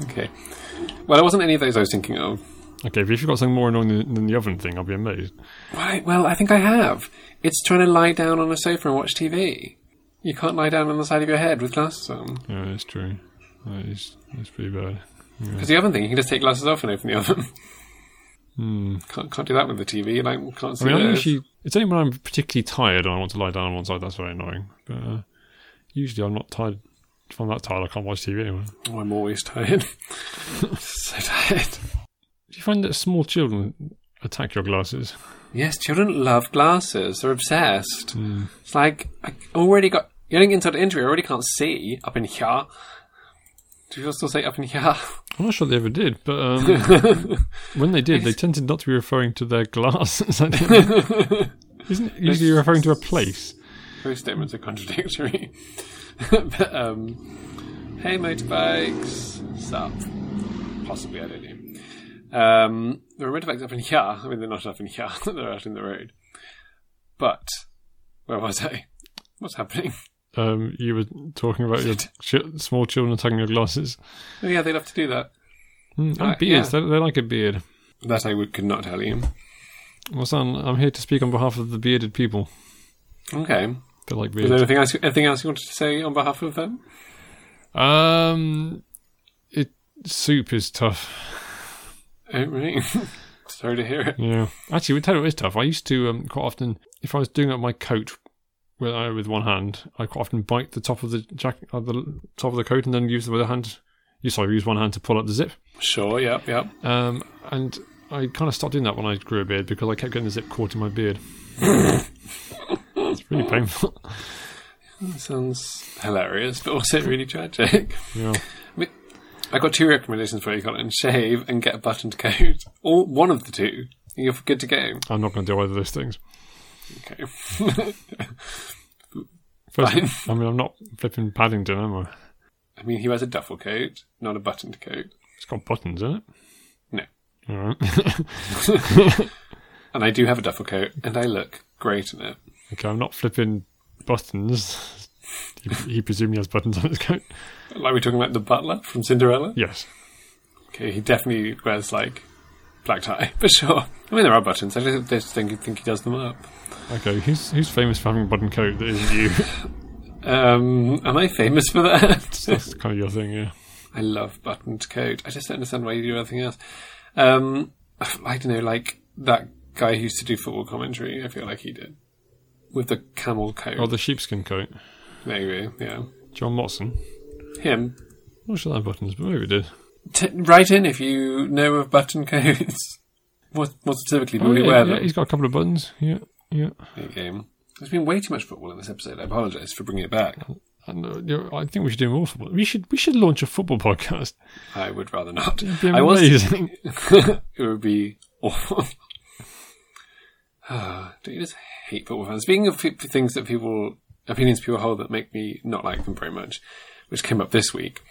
Okay. Well, it wasn't any of those I was thinking of.
Okay, but if you've got something more annoying than, than the oven thing, I'll be amazed.
Right, well, I think I have. It's trying to lie down on a sofa and watch TV. You can't lie down on the side of your head with glasses on.
Yeah, that's true. That is that's pretty bad. Hmm.
Because the oven thing, you can just take glasses off and open the oven. Can't, can't do that with the TV. Like, can't see
Hmm. I mean, I'm
those.
actually, it's only when I'm particularly tired and I want to lie down on one side that's very annoying. But uh, usually I'm not tired. If I'm that tired, I can't watch TV anymore.
Oh, I'm always tired. so tired.
Do you find that small children attack your glasses?
Yes, children love glasses. They're obsessed. It's like, I already got. You're getting inside an injury. I already can't see up in here. Do you still say up in here?
I'm not sure they ever did, but um, when they did, they tended not to be referring to their glasses. I don't know. Isn't it usually referring to a place?
Those statements are contradictory. but, um, hey, motorbikes, sup? Possibly, I don't know. Um, there are motorbikes up in here. I mean, they're not up in here, they're out in the road. But, where was I? What's happening?
Um, you were talking about your ch- small children attacking your glasses.
Oh, yeah, they love to do that.
Mm, and
Uh,
beards,
yeah.
they they like a beard.
That I would, could not tell you.
Well, son, I'm here to speak on behalf of the bearded people.
Okay.
They like
Is there
beards.
anything else, anything else you wanted to say on behalf of them?
Um, it soup is tough.
Oh, right. Sorry to hear it.
Yeah, actually, we tell you what is tough. I used to um, quite often, if I was doing up my coat with uh, with one hand, I quite often bite the top of the jacket, uh, the top of the coat, and then use the other hand. You sorry, use one hand to pull up the zip.
Sure, yep, yep.
Um, and I kind of stopped doing that when I grew a beard because I kept getting the zip caught in my beard. it's really painful.
Sounds hilarious, but also really tragic.
yeah.
I got two recommendations for you, Colin. Shave and get a buttoned coat. Or one of the two. You're good to go.
I'm not going to do either of those things.
Okay.
First, I mean, I'm not flipping Paddington, am I?
I mean, he wears a duffel coat, not a buttoned coat.
It's got buttons, isn't it?
No.
All right.
And I do have a duffel coat, and I look great in it.
okay, I'm not flipping buttons. He, he presumably has buttons on his coat.
Like we're talking about the butler from Cinderella.
Yes.
Okay, he definitely wears like black tie for sure. I mean, there are buttons. I just, just think think he does them up.
Okay, who's who's famous for having a button coat that isn't you?
Um, am I famous for that?
That's kind of your thing, yeah.
I love buttoned coat. I just don't understand why you do anything else. Um, I don't know, like that guy who used to do football commentary. I feel like he did with the camel coat.
Or the sheepskin coat.
Maybe, yeah,
John Watson.
him.
Not sure that had buttons, but maybe it did.
T- write in if you know of button coats. What what specifically do
Oh,
we
yeah,
wear
yeah,
them?
he's got a couple of buttons. Yeah, yeah.
Hey, game. There's been way too much football in this episode. I apologise for bringing it back.
And, uh, you know, I think we should do more football. We should we should launch a football podcast.
I would rather not.
It'd be
I was.
amazing.
it would be awful. Ah, Don't you just hate football fans? Speaking of f- things that people, opinions people hold that make me not like them very much, which came up this week.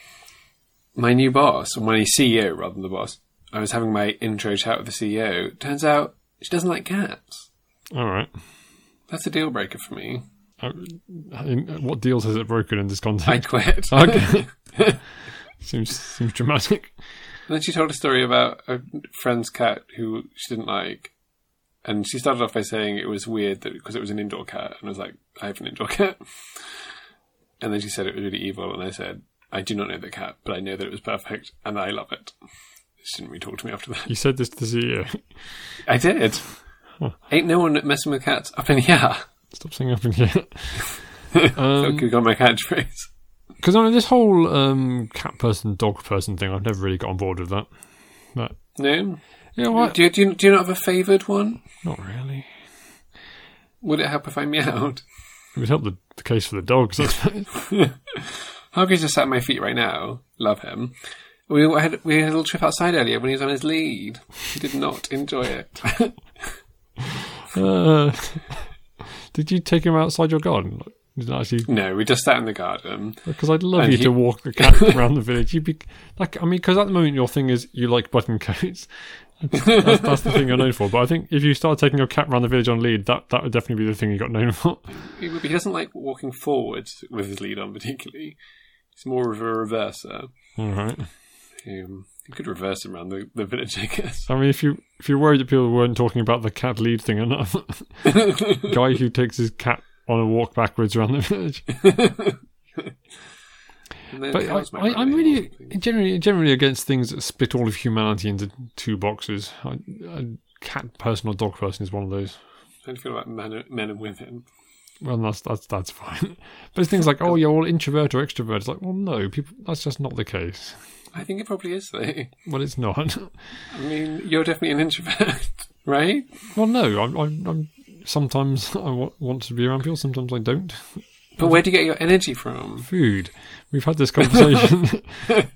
My new boss, or my CEO rather than the boss, I was having my intro chat with the CEO. Turns out she doesn't like cats.
All right.
That's a deal breaker for me.
Uh, in- uh, what deals has it broken in this
I
context?
quit.
okay. seems seems dramatic.
And then she told a story about a friend's cat who she didn't like. And she started off by saying it was weird that because it was an indoor cat, and I was like, I have an indoor cat. And then she said it was really evil, and I said, I do not know the cat, but I know that it was perfect, and I love it. She didn't really talk to me after that.
You said this to E see you.
I did. Ain't no one messing with cats up in here.
Stop saying up in here.
So I got my catchphrase.
Because I mean, this whole um, cat person, dog person thing, I've never really got on board with that. That
No?
yeah, what?
Do you, do, you, do you not have a favoured one?
Not really.
Would it help if I meowed?
It would help the, the case for the dogs. I suppose.
Hargreaves just sat at my feet right now. Love him. We had we had a little trip outside earlier when he was on his lead. He did not enjoy it.
uh, did you take him outside your garden? Like, did you actually
no, we just sat in the garden.
Because I'd love
And
you
he-
to walk the cat around the village. You'd be like, I mean, because at the moment your thing is you like button coats. That's, that's the thing you're known for. But I think if you start taking your cat around the village on lead, that that would definitely be the thing you got known for.
He, he doesn't like walking forwards with his lead on particularly. He's more of a reverser.
All right.
Um, you could reverse him around the, the village, I guess.
I mean, if you if you're worried that people weren't talking about the cat lead thing enough, guy who takes his cat on a walk backwards around the village.
And then
But
cows
I,
might
I, I'm
run in or
really
something.
generally generally against things that split all of humanity into two boxes. I, I, cat person or dog person is one of those.
How do you feel about men, men and women?
Well, that's that's that's fine. But it's things like, oh, you're all introvert or extrovert. It's like, well, no, people. That's just not the case.
I think it probably is though.
Well, it's not.
I mean, you're definitely an introvert, right?
well, no, I'm. I'm, I'm sometimes I wa- want to be around people. Sometimes I don't.
But where do you get your energy from?
Food. We've had this conversation.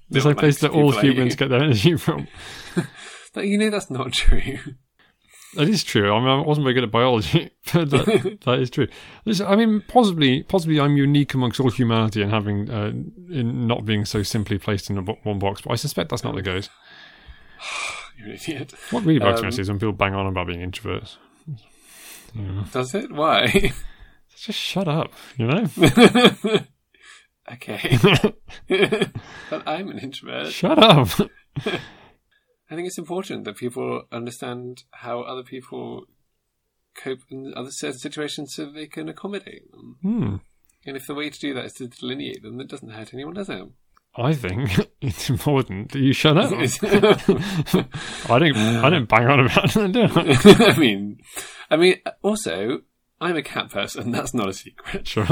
There's
No
a
one
place
likes
that all
people like
humans
you.
get their energy from.
Like, You know that's not true.
That is true. I mean, I wasn't very good at biology, but that, that is true. Listen, I mean, possibly, possibly, I'm unique amongst all humanity in having, uh, in not being so simply placed in a bo- one box. But I suspect that's not the case.
You're an idiot.
What really bugs
Um,
me actually is when people bang on about being introverts.
Does it? Why?
Just shut up, you know?
Okay. but I'm an introvert.
shut up.
I think it's important that people understand how other people cope in other certain situations so they can accommodate them.
Hmm.
And if the way to do that is to delineate them, that doesn't hurt anyone, does it?
I think it's important that you shut up. Oh. I don't. I don't bang on about it. Do I?
I mean, I mean, also, I'm a cat person. That's not a secret.
Sure.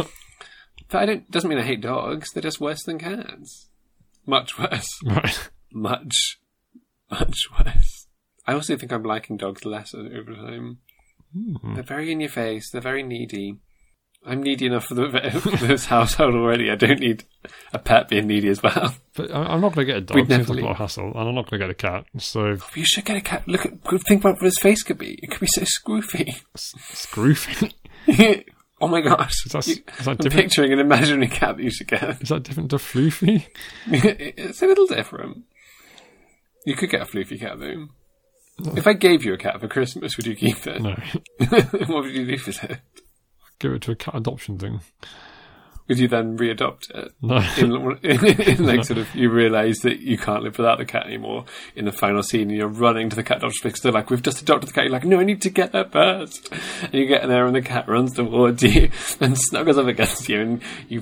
But I don't. Doesn't mean I hate dogs. They're just worse than cats. Much worse.
Right.
Much, much worse. I also think I'm liking dogs less over time.
Hmm.
They're very in your face. They're very needy. I'm needy enough for, the, for this household already. I don't need a pet being needy as well.
But I- I'm not going to get a dog.
We'd
It seems
never
like a
leave.
lot of hassle, and I'm not going to get a cat. So
But you should get a cat. Look at think about what his face could be. It could be so scroofy.
s- screw it.
Oh my gosh.
Is that,
You-
is that
I'm
different?
picturing an imaginary cat that you should get.
Is that different to Floofy?
it's a little different. You could get a floofy cat though. If I gave you a cat for Christmas, would you keep it?
Hmm. No.
what would you do with it?
Give it to a cat adoption thing.
Would you then re-adopt it?
No.
In, in, in like sort of, you realise that you can't live without the cat anymore. In the final scene, you're running to the cat adoption because they're like, "We've just adopted the cat." You're like, "No, I need to get there first. And you get in there, and the cat runs towards you and snuggles up against you, and you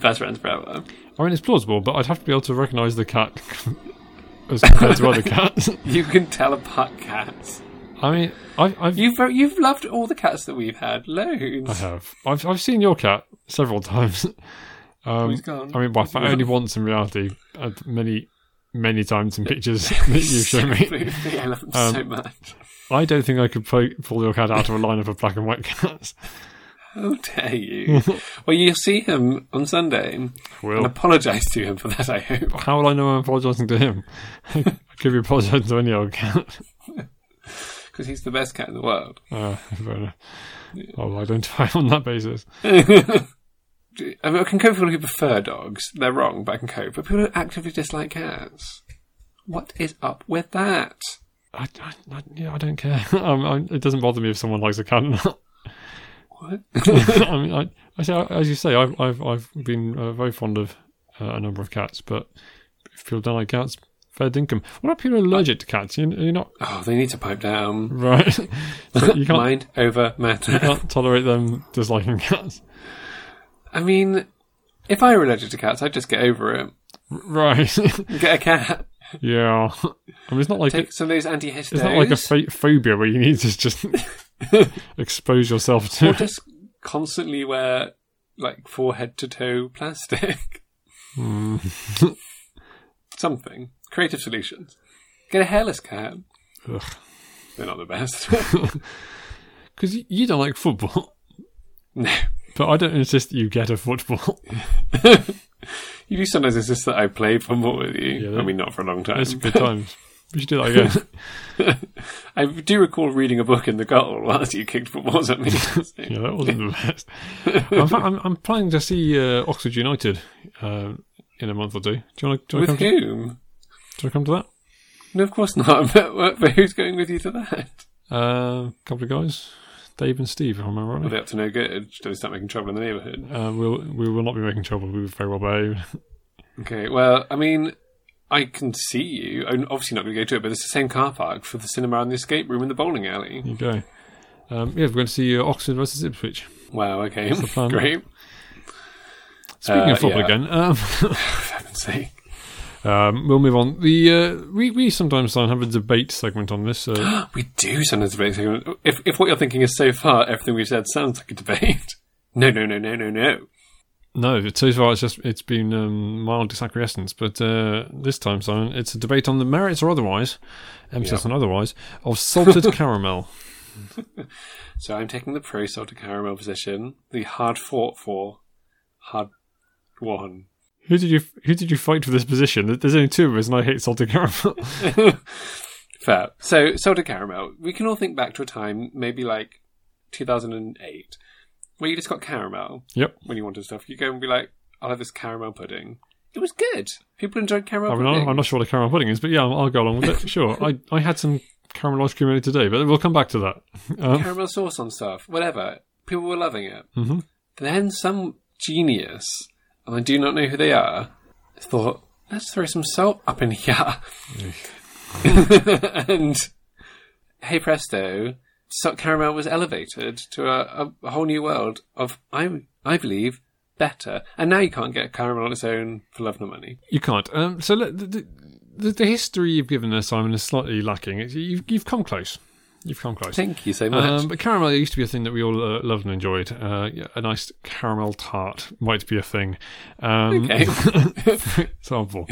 best friends forever.
I mean, it's plausible, but I'd have to be able to recognise the cat as compared to other cats.
You can tell apart cats.
I mean, I've, I've
You've you've loved all the cats that we've had. Loads.
I have. I've I've seen your cat several times. Um,
Oh, He's gone.
I mean, well, only once in reality. Uh, many, many times in pictures that you've shown me. Um,
Absolutely, I love them so much.
I don't think I could pull, pull your cat out of a lineup of black and white cats.
How dare you? well, you'll see him on Sunday and
Will.
apologise to him for that, I hope.
How will I know I'm apologising to him? I could be apologising to any old cat.
Because he's the best cat in the world.
Uh, oh, fair enough. I'll identify on that basis.
I, mean, I can cope with people who prefer dogs. They're wrong, but I can cope. But people who actively dislike cats. What is up with that?
I, I, I, yeah, I don't care. Um, I, it doesn't bother me if someone likes a cat or not.
What?
I mean, I, I say, as you say, I've I've, I've been uh, very fond of uh, a number of cats, but if people don't like cats, fair dinkum. What about people who are allergic to cats? You, you're not
Oh, they need to pipe down.
right. So you can't,
Mind over matter.
can't tolerate them disliking cats,
I mean, if I were allergic to cats, I'd just get over it.
right?
Get a cat.
yeah, I mean, it's not like
Take some of those antihistamines.
it's not like a pho- phobia where you need to just expose yourself to.
or
it.
just constantly wear like forehead to toe plastic.
Hmm.
Something. Creative solutions. Get a hairless cat.
Ugh.
They're not the best.
Because you, you don't like football,
no.
but I don't insist that you get a football.
You do sometimes insist that I played football with you.
Yeah,
I mean, not for a long time.
That's good times. We should do that again.
I do recall reading a book in the goal whilst you kicked footballs at me.
Yeah, that wasn't the best. I'm, I'm, I'm planning to see uh, Oxford United uh, in a month or two. Do you want to, do you want to,
with
come, to, do
whom?
you want to come to
No, of course not. But, but who's going with you to that?
that? Uh, couple of guys, Dave and Steve, if I remember
Are
rightly.
they up to no good? Do they start making trouble in the neighbourhood?
Uh, we'll, we will not be making trouble. We'll be very well behaved.
Okay, well, I mean, I can see you. I'm obviously not going to go to it, but it's the same car park for the cinema and the escape room and the bowling alley.
There you go. Um, yeah, we're going to see uh, Oxford versus Ipswich.
Wow, okay.
the plan.
Great.
Speaking
Uh,
of football
yeah.
again, um,
For heaven's sake.
um, we'll move on. The uh, we, we sometimes don't have a debate segment on this. Uh,
We do sometimes debate. segment. If, if what you're thinking is so far, everything we've said sounds like a debate. No, no, no, no, no, no.
no, so far it's just it's been um, mild disacquiescence, but uh, this time, Simon, it's a debate on the merits or otherwise, emphasis on otherwise, of salted caramel.
So I'm taking the pro salted caramel position, the hard fought for, hard won.
Who did you who did you fight for this position? There's only two of us, and I hate salted caramel.
Fair. So, soda caramel. We can all think back to a time, maybe like 2008, where you just got caramel.
yep.
when you wanted stuff, you go and be like, I'll have this caramel pudding. It was good. People enjoyed caramel
I mean,
pudding.
I'm I'm not sure what a caramel pudding is, but yeah, I'll, I'll go along with it. Sure. I, I had some caramel ice cream earlier today, but we'll come back to that. Um,
Caramel sauce on stuff, whatever. People were loving it.
Mhm.
Then some genius, and I do not know who they are, thought, let's throw some salt up in here. and hey presto, salt caramel was elevated to a, a, a whole new world of, I, I believe, better. And now you can't get caramel on its own for love nor money.
you can't. Um, so let, the, the- the the history you've given there, Simon, is slightly lacking. It's- You've you've come close. You've come close.
Thank you so much.
Um, but caramel used to be a thing that we all uh, loved and enjoyed. Uh, yeah, a nice caramel tart might be a thing. Um,
Okay.
for example,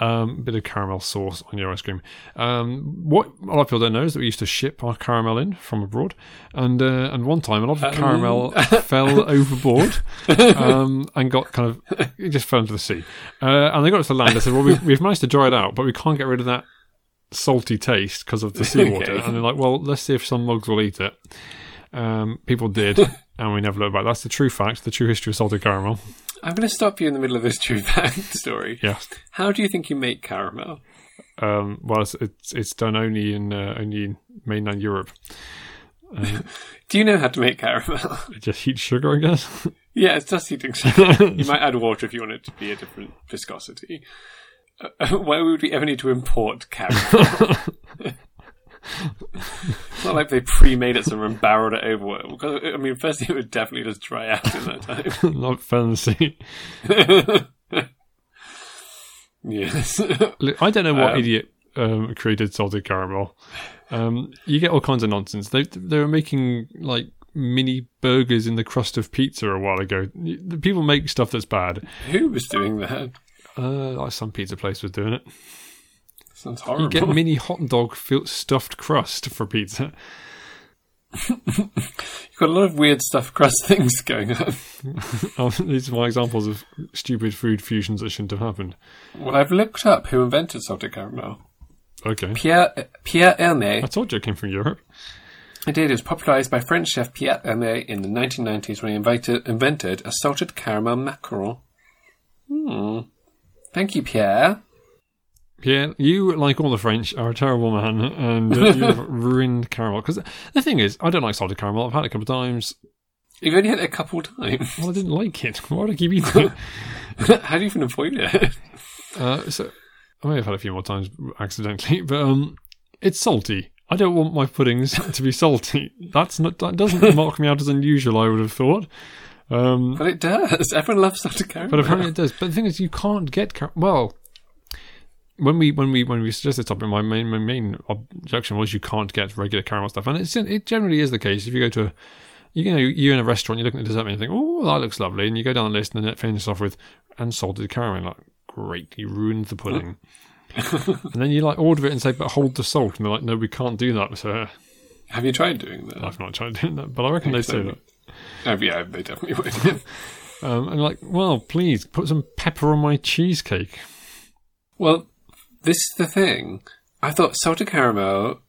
um, bit of caramel sauce on your ice cream. Um, what a lot of people don't know is that we used to ship our caramel in from abroad, and uh, and one time a lot of caramel fell overboard um, and got kind of it just fell into the sea. Uh, and they got it to land. They said, "Well, we've, we've managed to dry it out, but we can't get rid of that." Salty taste because of the seawater,
Okay.
and they're like, "Well, let's see if some mugs will eat it." Um, people did, and we never looked back. That's the true fact, the true history of salted caramel.
I'm going to stop you in the middle of this true fact story.
Yes.
How do you think you make caramel?
Um, well, it's, it's it's done only in uh, only in mainland Europe.
Do you know how to make caramel?
Just heat sugar, I guess.
yeah, it's just heating sugar. you might add water if you want it to be a different viscosity. Uh, why would we ever need to import caramel? it's not like they pre-made it somewhere and barreled it over. Because I mean, firstly, it would definitely just dry out in that time.
Not fancy.
yes.
Look, I don't know what
Um,
idiot um, created salted caramel. Um, you get all kinds of nonsense. They they were making like mini burgers in the crust of pizza a while ago. The People make stuff that's bad.
Who was doing that?
Uh, like some pizza place was doing it.
Sounds horrible.
You get mini hot dog filled stuffed crust for pizza.
You've got a lot of weird stuff, crust things going on.
Um, these are my examples of stupid food fusions that shouldn't have happened.
Well, I've looked up who invented salted caramel.
Okay.
Pierre Pierre Hermé.
I told you I came from Europe.
Indeed, it was popularized by French chef Pierre Hermé in the 1990s when he invited, invented a salted caramel macaron. Hmm. Thank you, Pierre.
Yeah, you, like all the French, are a terrible man, and uh, you've ruined caramel. Because the thing is, I don't like salted caramel. I've had it a couple of times.
You've only had it a couple times.
Well, I didn't like it. Why would I keep eating it?
How do you even avoid it?
Uh, so, I may have had it a few more times accidentally, but um, it's salty. I don't want my puddings to be salty. That's not that doesn't mark me out as unusual. I would have thought. Um,
but it does. Everyone loves salted caramel.
But apparently it does. But the thing is, you can't get car- well. When we when we when we suggested this topic, my main my main objection was you can't get regular caramel stuff, and it's it generally is the case. If you go to a, you know you're in a restaurant, you're looking at a dessert menu, and think, oh that looks lovely, and you go down the list and then it finishes off with and salted caramel. Like great, you ruined the pudding. and then you like order it and say, but hold the salt, and they're like, no, we can't do that. So uh,
Have you tried doing that?
I've not tried doing that, but I reckon they say
Excellent.
that.
Oh, yeah, they definitely would.
Um, and like, well, please put some pepper on my cheesecake.
Well, this is the thing. I thought salted caramel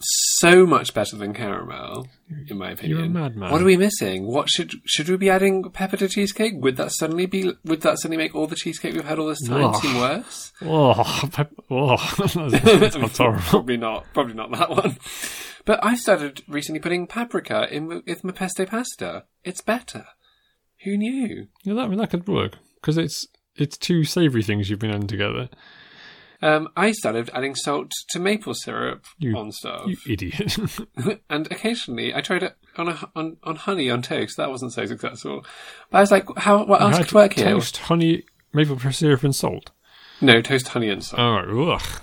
so much better than caramel, in my opinion.
madman.
What are we missing? What should should we be adding pepper to cheesecake? Would that suddenly be? Would that suddenly make all the cheesecake we've had all this time
Ugh.
seem worse?
Oh, pep- oh that's, that's horrible.
Probably not. Probably not that one. But I started recently putting paprika in with- with my pesto pasta. It's better. Who knew?
Yeah, that, I mean, that could work because it's it's two savoury things you've been adding together.
Um, I started adding salt to maple syrup
You-
on stuff.
You idiot!
and occasionally I tried it on a, on on honey on toast. That wasn't so successful. But I was like, how what else
How
could work here?
toast, honey, maple syrup, and salt.
No, toast honey and salt.
All right, ugh.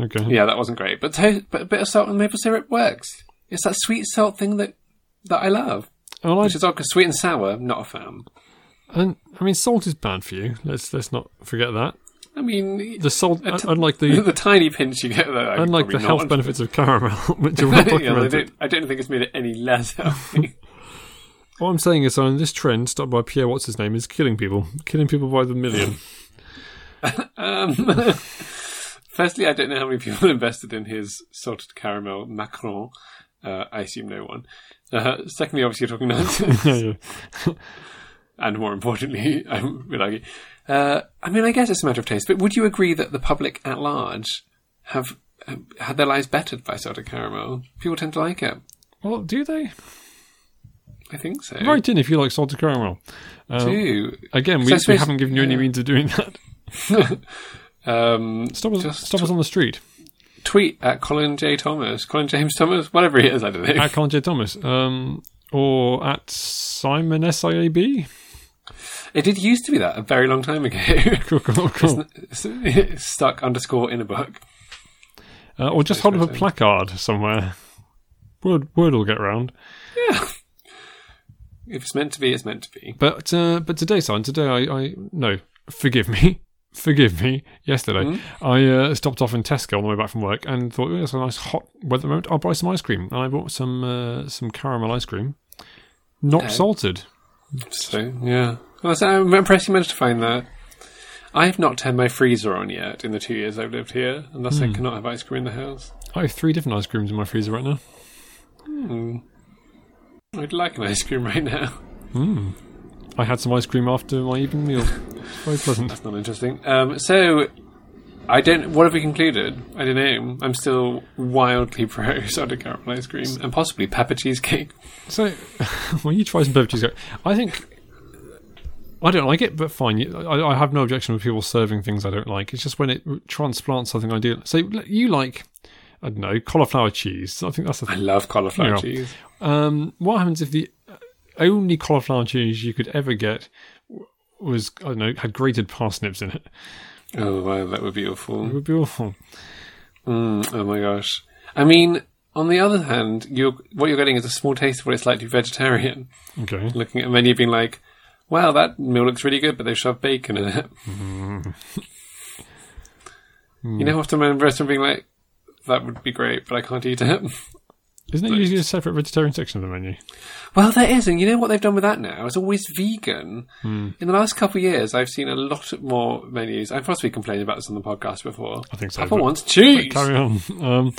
Okay.
Yeah, that wasn't great. But toast, but a bit of salt and maple syrup works. It's that sweet salt thing that that I love.
Well, I,
Which is odd 'cause sweet and sour, not a fan.
and, I mean, salt is bad for you. Let's let's not forget that.
I mean,
The salt,
A t-
unlike the
the tiny pinch you get there, I
unlike the
probably
health
not.
benefits of caramel, which are well
Yeah, they
documented.
don't, I don't think it's made it any less healthy.
What I'm saying is, on this trend started by Pierre, what's his name, is killing people, killing people by the million.
um, firstly, I don't know how many people invested in his salted caramel macaron. Uh, I assume no one. Uh, secondly, obviously, you're talking nonsense.
Yeah, yeah.
and more importantly, I would argue. Uh, I mean, I guess it's a matter of taste, but would you agree that the public at large have, have had their lives bettered by salted caramel? People tend to like it.
Well, do they?
I think so.
Write in if you like salted caramel. Um,
Too.
again, we,
So I
we
suppose-
haven't given you any
yeah.
means of doing that.
Um,
Stop us,
Just
stop us on the street.
tweet at Colin J. Thomas, Colin James Thomas, whatever he is, I don't know.
at Colin J. Thomas. Um, or at Simon SIAB.
It did used to be that a very long time ago.
Cool, cool, cool.
Stuck underscore in a book.
Uh, or just hold up a placard somewhere. Word, word will get round.
If it's meant to be, it's meant to be.
But uh, but today, Simon, today I, I no, forgive me, forgive me. Yesterday, I uh, stopped off in Tesco on the way back from work and thought, oh, it's a nice hot weather moment. I'll buy some ice cream, and I bought some uh, some caramel ice cream, not salted.
So yeah, well, so I'm impressed you managed to find that. I have not turned my freezer on yet in the two years I've lived here, and thus I cannot have ice cream in the house.
I have three different ice creams in my freezer right now.
I'd like an ice cream right now.
I had some ice cream after my evening meal. Very pleasant.
That's not interesting. Um, so, I don't. What have we concluded? I don't know. I'm still wildly pro soda caramel ice cream and possibly pepper cheesecake.
So, well, you try some pepper cheesecake. I think I don't like it, but fine. You- I, I have no objection with people serving things I don't like. It's just when it transplants something I do. So you like, I don't know, cauliflower cheese. I think that's the
I
thing.
love cauliflower
Yeah.
cheese.
Um, what happens if the only cauliflower cheese you could ever get w- was I don't know had grated parsnips in it?
Oh wow, that would be
It
awful.
would be awful.
Mm, oh my gosh. I mean, on the other hand, you're what you're getting is a small taste of what it's like to be vegetarian.
Okay.
Looking at a menu, being like, "Wow, that meal looks really good, but they shoved bacon in it."
Hmm.
You know, often when a restaurant being like, "That would be great, but I can't eat it."
Isn't it usually a separate vegetarian section of the menu?
Well, there is, and you know what they've done with that now? It's always vegan.
Hmm.
In the last couple of years, I've seen a lot more menus. I've possibly complained about this on the podcast before. I
think so,
Papa
but-
wants cheese,
Carry on. Um,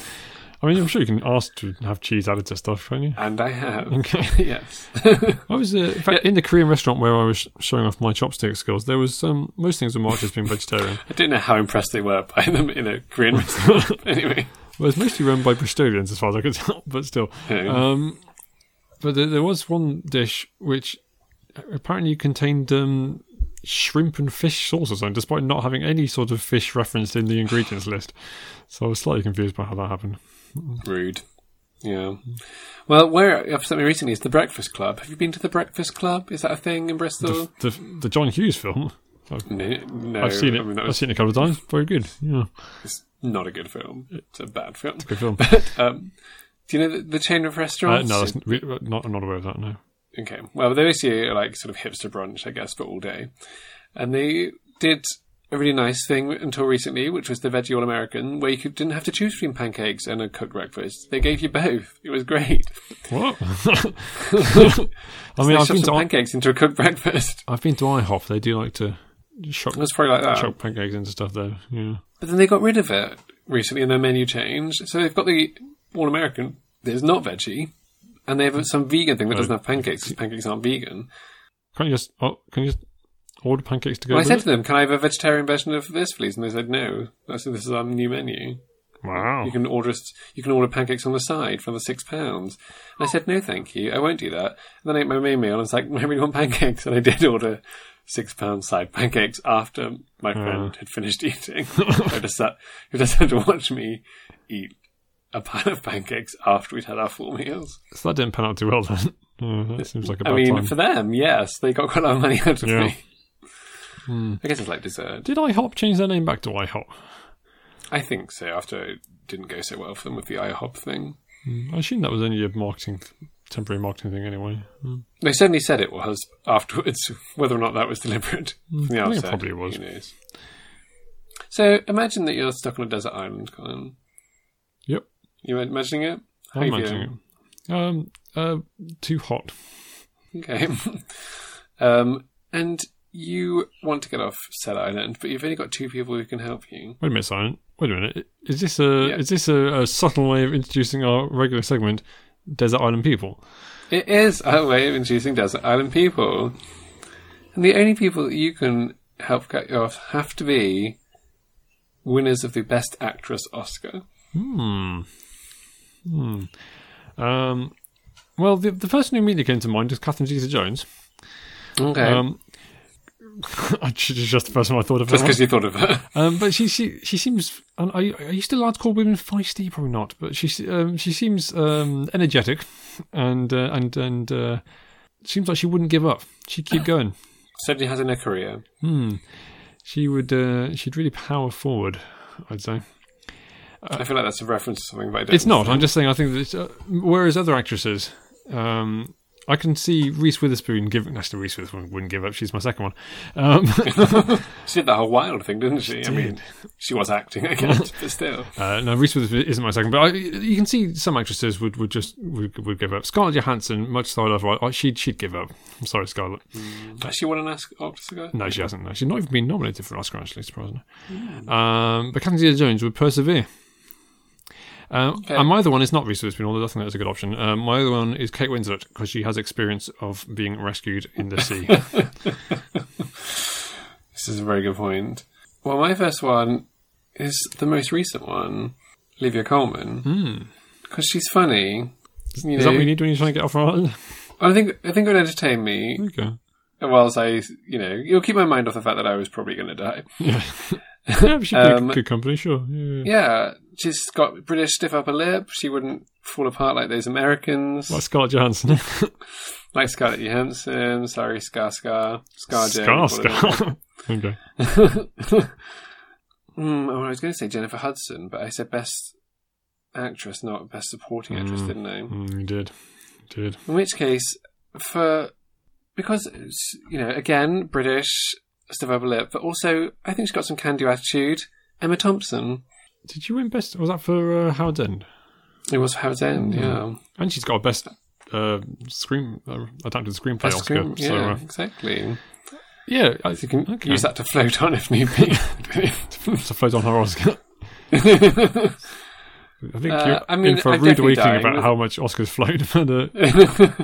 I mean, I'm sure you can ask to have cheese added to stuff, can't you?
and I have.
Okay.
yes.
I was, uh, in fact, in the Korean restaurant where I was sh- showing off my chopstick skills, there was um, most things were marked as being vegetarian.
I don't know how impressed they were by them in a Korean restaurant. anyway,
Well, it's mostly run by Bristolians, as far as I could tell, but still.
Yeah.
Um, but there, there was one dish which apparently contained um, shrimp and fish sauce or something, despite not having any sort of fish referenced in the ingredients list. So I was slightly confused by how that happened.
rude. Yeah. Well, where upset me recently is the Breakfast Club. Have you been to the Breakfast Club? Is that a thing in Bristol?
The, the John Hughes film,
No, no.
I've seen it.
I mean, that
I've
was
seen it a couple of times. Very good. Yeah,
not a good film. It's a bad film.
good film.
Um, do you know the, the chain of
Uh,
restaurants?
no, that's, we- not, I'm not aware of that. No.
Okay. Well, they basically are like sort of hipster brunch, I guess, for all day. And they did a really nice thing until recently, which was the Veggie All American, where you could, didn't have to choose between pancakes and a cooked breakfast. They gave you both. It was great.
What? I mean,
They shoved
I've been,
some
to, I-
pancakes into a cooked breakfast.
I've been to IHOP. They do like to shock,
It was probably like that.
shock pancakes into stuff, though. Yeah.
But then they got rid of it recently in their menu change. So they've got the All American that is not veggie, and they have some vegan thing that doesn't have pancakes because pancakes aren't vegan.
Can't you just oh, can you just order pancakes to go?
And I
with
said
it?
to them, "Can I have a vegetarian version of this, please?" And they said, "No." I said, "This is our new menu."
wow.
You can order us- you can order pancakes on the side for the six pounds. And I said, no, thank you, I won't do that. And then I ate my main meal and it's like, I really want pancakes. And I did order six pound side pancakes after my friend had finished eating. I just sat, who just had to watch me eat a pile of pancakes after we'd had our full meals.
so that didn't pan out too well then. Yeah, that seems like a bad
I mean,
time.
for them, yes, they got quite a lot of money out of
Yeah.
me. I guess it's like dessert.
Did IHOP change their name back to IHOP?
I think so. After it didn't go so well for them with the IHOP thing,
I assume that was only a marketing, temporary marketing thing anyway.
They certainly said it was afterwards. Whether or not that was deliberate, from the
I think it
outset,
Mm, probably was.
Who knows? So imagine that you're stuck on a desert island, Colin.
Yep,
You imagining it? How
I'm
you
imagining it. Um, uh, too hot.
feeling? Okay. um, and you want to get off said island, but you've only got two people who can help you.
Wait a minute, Simon. Wait a minute. Is this a
Yeah.
is this a, a subtle way of introducing our regular segment, Desert Island People?
It is our way of introducing desert island people, and the only people that you can help get you off have to be winners of the Best Actress Oscar.
Um, well, the, the person who immediately came to mind is Catherine Zeta-Jones.
Okay,
Um, she's just the person I thought of.
just because you thought of her.
Um, but she she she seems. and Are you, are you still allowed to call women feisty? Probably not. But she se- um, she seems um, energetic, and uh, and and uh, seems like she wouldn't give up. She'd keep going.
certainly has in her career.
She would. Uh, she'd really power forward. I'd say
I feel like that's a reference to something, but I don't
it's not. I'm just saying. I think that. It's, uh, whereas other actresses, um, I can see Reese Witherspoon giving. Actually, Reese Witherspoon wouldn't give up. She's my second one. Um,
She did that whole wild thing, didn't she? I mean, she was acting, I guess, but still.
Uh, no, Reese Witherspoon isn't my second, but I, you can see some actresses would, would just would, would give up. Scarlett Johansson, much styled otherwise, oh, she'd she'd give up. I'm sorry, Scarlett.
Has she won an Oscar? Oscar?
No, she hasn't. No, she's not even been nominated for an Oscar. Actually, surprisingly. Um, but Catherine Zeta-Jones would persevere. Um, And my other one is not Reese Witherspoon, although I think that's a good option. Um, my other one is Kate Winslet because she has experience of being rescued in the sea.
This is a very good point. Well, my first one is the most recent one, Olivia Coleman, because she's funny. You
Mm-hmm. Hmm. is
know,
that what you need when you're trying to get off from Ireland?
I think I think it would entertain me
Okay.
whilst I, you know, it'll keep my mind off the fact that I was probably going to die.
Mm-hmm. Yeah, she'd be
Um,
a good company, sure. Yeah.
Yeah, she's got British stiff upper lip. She wouldn't fall apart like those Americans,
Like Scarlett Johansson.
like Scarlett Johansson, sorry, Scar Scar, Scar Jen,
Scar,
whatever.
Scar. okay.
Mm, oh, I was going to say Jennifer Hudson, but I said best actress, not best supporting actress,
Mm.
didn't I?
Mm, you did. You did.
In which case, for because it's, you know, again, British stiff upper lip, but also I think she's got some can-do attitude. Emma Thompson.
Did you win best? Was that for uh, Howard End?
It was Howard's End,
Hmm.
yeah.
And she's got a best uh, screen uh, adapted screenplay
Best
Oscar.
screen-
So
yeah,
uh,
exactly.
yeah, I
You
think
can
okay.
use that to float on if need be.
to float on her Oscar. I think
Uh,
you're
I mean,
in for a
I'm
rude
definitely
awakening
dying
about
with-
how much Oscars float.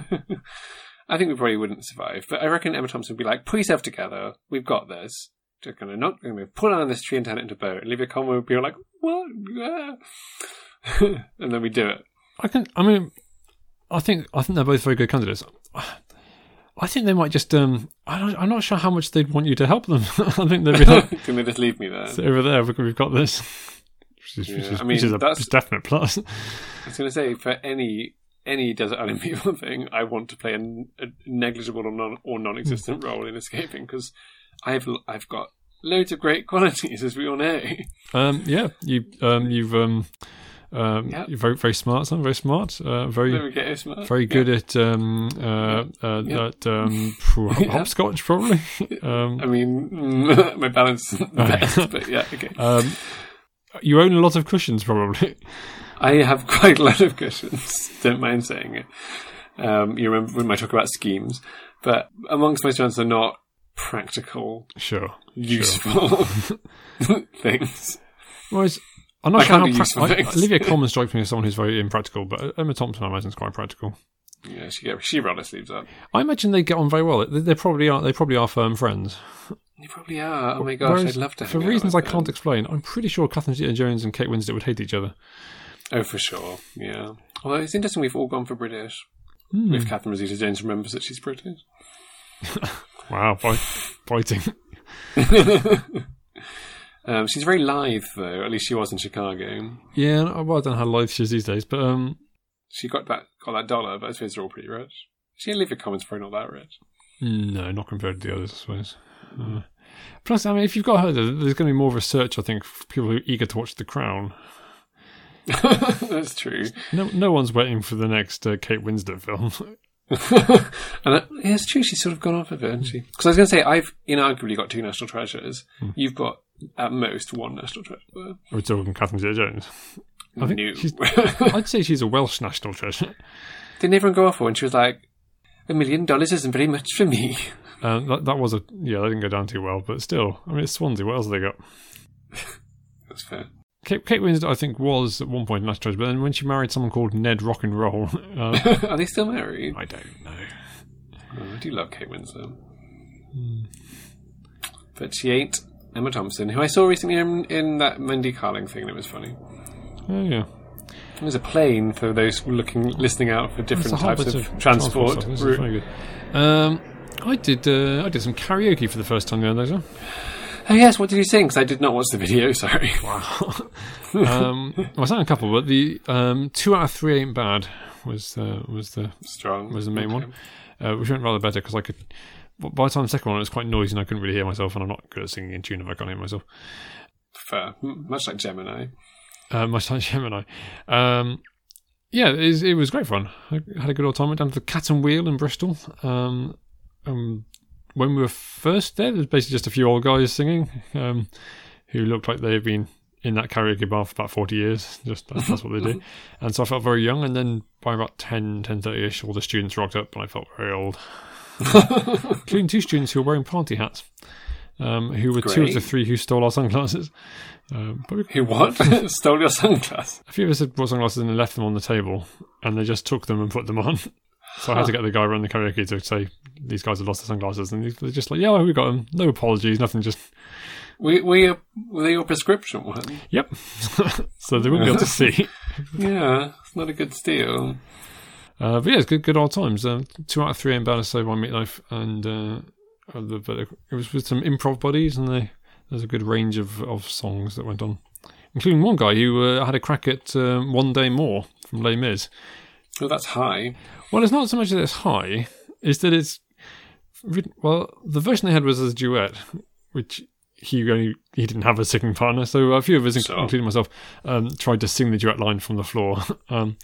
But, uh,
I think we probably wouldn't survive, but I reckon Emma Thompson would be like, "Put yourself together. We've got this. Just gonna not gonna pull out of this tree and turn it into a boat." And Olivia Colman would be like, "What?" Yeah." and then we do it.
I can. I mean, I think I think they're both very good candidates. I think they might just. Um, I don't, I'm not sure how much they'd want you to help them. I think they'd be like,
Can they just leave me there?
"Sit over there. we- We've got this. Which is, which
Yeah,
is,
I mean,
which is a
that's-
definite plus.
I was gonna say for any any desert island people thing, I want to play a, n- a negligible or non or non-existent role in escaping because I've l- I've got loads of great qualities as we all know.
Um, yeah, you. Um, you've. Um, um,
Yeah.
You're very, very smart. Son, very smart. Uh,
There
very,
we go, smart.
very good at um, uh, uh,
Yeah.
that um, phew, hop-
Yeah.
hopscotch, probably. um,
I mean, mm, my balance isn't the best, but yeah, okay.
um, you own a lot of cushions, probably.
I have quite a lot of cushions. Don't mind saying it. Um, you remember when I talk about schemes, but amongst my strengths are not practical,
sure.
useful things.
Whereas, I'm not
I
sure
can't
how
be
prac-
used for
I-
things.
Olivia Colman strikes me as someone who's very impractical, but Emma Thompson, I imagine, is quite practical.
Yeah, she she rolled her sleeves up.
I imagine they get on very well. They, they probably are. They probably are firm friends.
They probably are. Oh my gosh,
Whereas,
I'd love to.
for
hang out
reasons I
with
can't explain, I'm pretty sure Catherine Zeta-Jones and Kate Winslet would hate each other.
them. Oh, for sure. Yeah. Although it's interesting, we've all gone for British.
Hmm.
If Catherine Zeta-Jones remembers that she's British.
Wow, bite, biting.
Um, she's very lithe, though. At least she was in Chicago.
Yeah, no, well, I don't know how life she is these days, but um,
She got that got that dollar, but I suppose they're all pretty rich. She Olivia Common's probably not that rich.
no, not compared to the others, I suppose. Uh, plus, I mean, if you've got her, there- there's going to be more research. I think for people who are eager to watch The Crown.
That's true.
No, no one's waiting for the next uh, Kate Winslet film.
and that, yeah, it's true. She's sort of gone off of it, hasn't she? Because I was going to say, I've inarguably got two national treasures.
Hmm.
You've got at most one national treasure.
We're talking Catherine Zeta-Jones. I think
New.
she's- I'd say she's a Welsh national treasure.
Didn't everyone go off her when she was like, a million dollars isn't very much for me?
Um, that, that was a yeah, that didn't go down too well, but still, I mean, it's Swansea. What else have they got?
That's fair.
Kate, Kate Winslet, I think, was at one point a national treasure, but then when she married someone called Ned Rock and Roll, uh,
Are they still married?
I don't know.
Oh, I do love Kate Winslet.
Hmm.
But she ain't Emma Thompson, who I saw recently in, in that Mindy Carling thing that was funny.
Oh yeah,
There's a plane for those looking listening out for
There's a
different
whole
types
bunch
of,
of
transport.
stuff. This is
route.
very good. Um, I did. Uh, I did some karaoke for the first time the other day.
Oh yes, what did you sing? Because I did not watch the video. Sorry.
Wow. um, well, I sang a couple, but the um, two out of three ain't bad was uh, was the
Strong
was the main
Okay.
one, uh, which went rather better because I could. b- By the time the second one, it was quite noisy and I couldn't really hear myself, and I'm not good at singing in tune if I can't hear myself.
Fair. M- Much like Gemini.
Uh, much like Gemini. Um, yeah, it, is- it was great fun. I had a good old time. Went down to the Cat and Wheel in Bristol. Um, um, when we were first there, there was basically just a few old guys singing um, who looked like they had been in that karaoke bar for about 40 years. Just that's, that's what they do. And so I felt very young. And then by about 10, 10.30 ish, all the students rocked up and I felt very old. Including two students who were wearing party hats. um, who were two of
Great.
the three who stole our sunglasses. Um, but we-
Who what? Stole your sunglasses.
a few of us had brought sunglasses and left them on the table, and they just took them and put them on. So I had to get the guy running the karaoke to say these guys have lost their sunglasses, and they're just like, "Yeah, well, we got them. No apologies, nothing. Just
We, we, were they your prescription one?
yep." so they wouldn't be able to see.
Yeah, it's not a good steal.
Uh, but yeah, it's good, good old times. Um, two out of three in Bannister by Meatloaf, and uh, uh, the, but it was with some improv buddies, and they, there's a good range of, of songs that went on, including one guy who uh, had a crack at um, One Day More from Les Mis.
Oh, that's high.
Well, it's not so much that it's high, it's that it's writ- well, the version they had was as a duet, which he only he didn't have a singing partner, so a few of us, inc-
So-
including myself, um, tried to sing the duet line from the floor. um,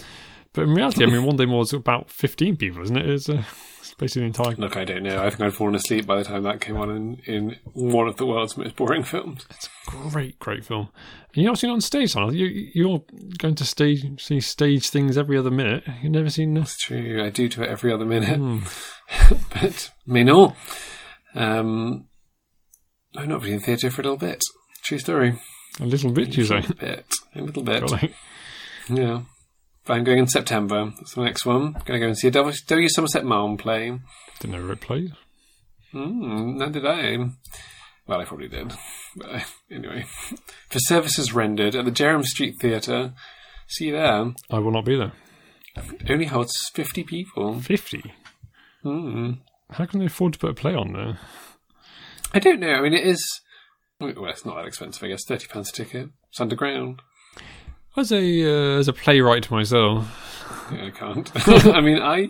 but in reality, I mean, one day more is about fifteen people, isn't it? It's, uh, it's basically the entire.
Look, I don't know. I think I'd fallen asleep by the time that came on in, in one of the world's most boring films.
It's a great, great film. And you're not seen it on stage, Simon. You, you're going to stage see stage things every other minute. You've never seen.
It's true. I do to it every other minute.
Hmm.
but me no. Um, I've not been in theatre for a little bit. True story.
A little bit, you
A
say.
little bit. A little bit.
Got like-
Yeah. But I'm going in September. That's my next one. Going to go and see a W. w Somerset Maugham play.
Didn't know where it played.
Mm, neither did I. Well, I probably did. But I- anyway. For services rendered at the Jerram Street Theatre. See you there.
I will not be there.
It only holds 50 people.
50. Hmm.
Mm.
How can they afford to put a play on there?
I don't know. I mean, it is. Well, it's not that expensive, I guess. £30 a ticket. It's underground.
As a uh, as a playwright myself,
Yeah, I can't. I mean, I.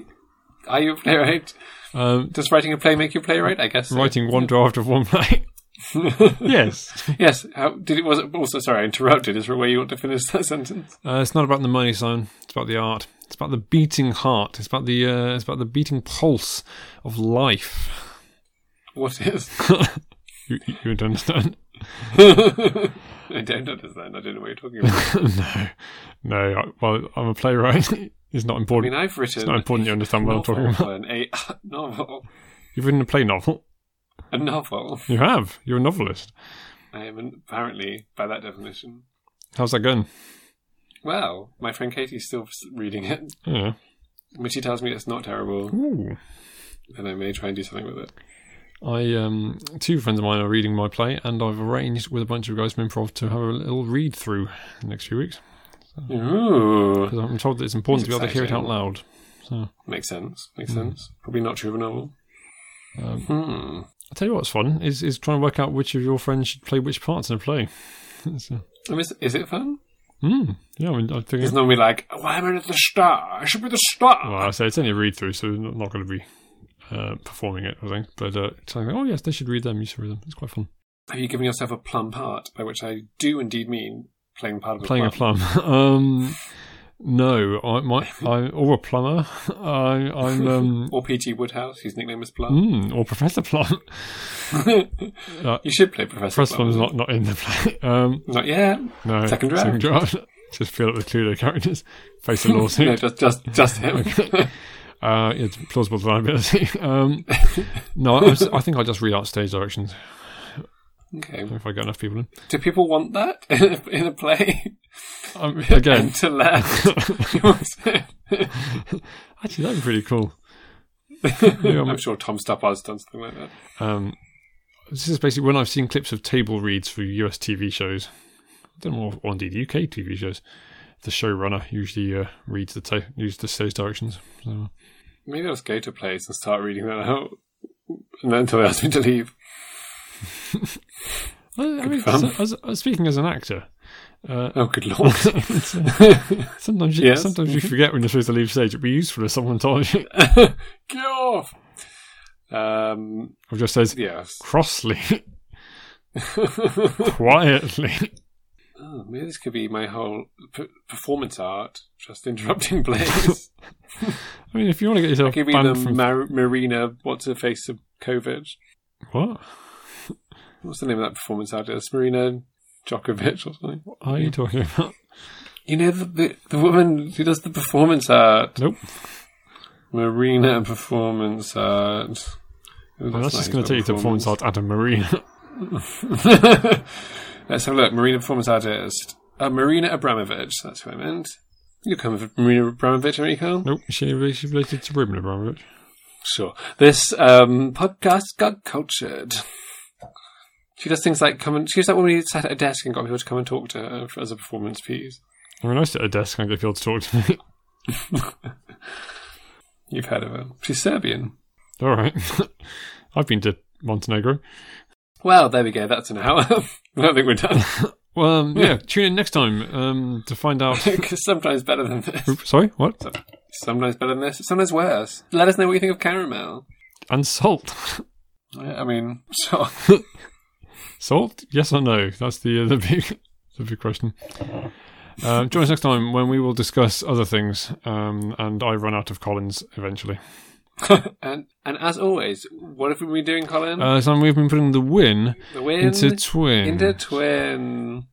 Are you a playwright?
um,
Does writing a play make you a playwright? I guess. so.
writing one draft of one play. yes,
Yes. How, did it? Was it also? Sorry, I interrupted. Is there a way you want to finish that sentence?
uh, it's not about the money, Simon. It's about the art. It's about the beating heart. It's about the uh, it's about the beating pulse of life.
What is?
You, you don't understand?
I don't understand. I don't know what you're talking about. I
no, no. I, well, I'm a playwright. it's not important.
mean, I've written.
it's not important you understand what I'm talking about.
An, a novel.
You've written a play novel.
A novel.
You have. You're a novelist.
I am apparently, by that definition.
How's that going?
Well, my friend Katie's still s- reading it,
Yeah.
but she tells me it's not terrible,
Ooh.
and I may try and do something with it.
I um, two friends of mine are reading my play, and I've arranged with a bunch of guys from improv to have a little read through the next few weeks
Ooh,
because I'm told that it's important
That's
to be able to hear it out
exciting.
loud. So
makes sense. Makes
Hmm.
sense. Probably not true of a novel. hmm.
Um, I tell you what's fun is is trying to work out which of your friends should play which parts in a play. so,
I mean, Is, is it fun?
mm, yeah, I mean, I think
It's normally like, why am I not the star? I should be the star.
well, I say it's only a read through, so I'm not- not going to be uh, performing it. I think, but uh, telling them, oh yes, they should read them. You should read them. It's quite fun.
Have you given yourself a plum part? By which I do indeed mean playing the part of a
Playing
plum.
a plum. um, no, I my I or a plumber. I, I'm. Um,
or P.G. Woodhouse, whose nickname is Plum.
Mm, or Professor Plum.
You should play Professor
Professor
Plum.
Plum's not, not in the play. Um,
Not yet.
no.
Second draft.
draft. Just fill up the Cluedo characters. Face a lawsuit.
No, just just just him.
uh, it's plausible deniability. Um, no, I, was- I think I'll just read out stage directions
okay.
if I get enough people in.
Do people want that in a, in a play?
Um, again,
to left.
actually, that'd be pretty cool. Maybe I'll
I'm sure Tom Stoppard's done something like that.
Um, this is basically when I've seen clips of table reads for US TV shows. I don't know, or indeed UK TV shows. The showrunner usually uh, reads the ta- uses the stage directions. So,
Maybe I'll just go to plays and start reading that out. And then until they ask me to leave.
I, I mean,
fun.
so- as, as, speaking as an actor,
Oh, good lord.
sometimes you,
Yes.
sometimes you forget when you're supposed to leave stage. It'd be useful if someone told you,
Get off! Um,
or just says
yes.
crossly, quietly.
Oh, maybe this could be my whole p- performance art, just interrupting plays.
I mean, if you want to get yourself
Give me the
banned from
Mar- Marina, what's her face of COVID?
what?
What's the name of that performance artist? Marina Djokovic or something?
What are you talking about?
You know, the, the, the woman who does the performance art.
Nope.
Marina performance art. Oh,
Well, that's
not
just going
his
to take you to performance art at a marina.
Let's have a look. Marina performance artist. Uh, Marina Abramovich. That's who I meant. You come with Marina Abramovich, are you, Carl?
Nope, she related, related to Ruben Abramovich.
Sure. This um, podcast got cultured. She does things like come and she was that woman who sat at a desk and got people to come and talk to her as a performance piece.
I mean, I sit at a desk and I get people to talk to me.
You've heard of her. She's Serbian.
All right. I've been to Montenegro.
Well, there we go. That's an hour. I don't think we're done.
Well, um, yeah, tune in next time um, to find out.
Because sometimes better than this.
Sorry, what?
Sometimes better than this. Sometimes worse. Let us know what you think of caramel.
And salt.
I I mean, sure.
Salt? Yes or no? That's the uh, the big the big question. Um, join us next time when we will discuss other things, um, and I run out of Collins eventually.
and and as always, what have we been doing, Colin?
Uh, so we've been putting the win
the win
into twin.
into twin.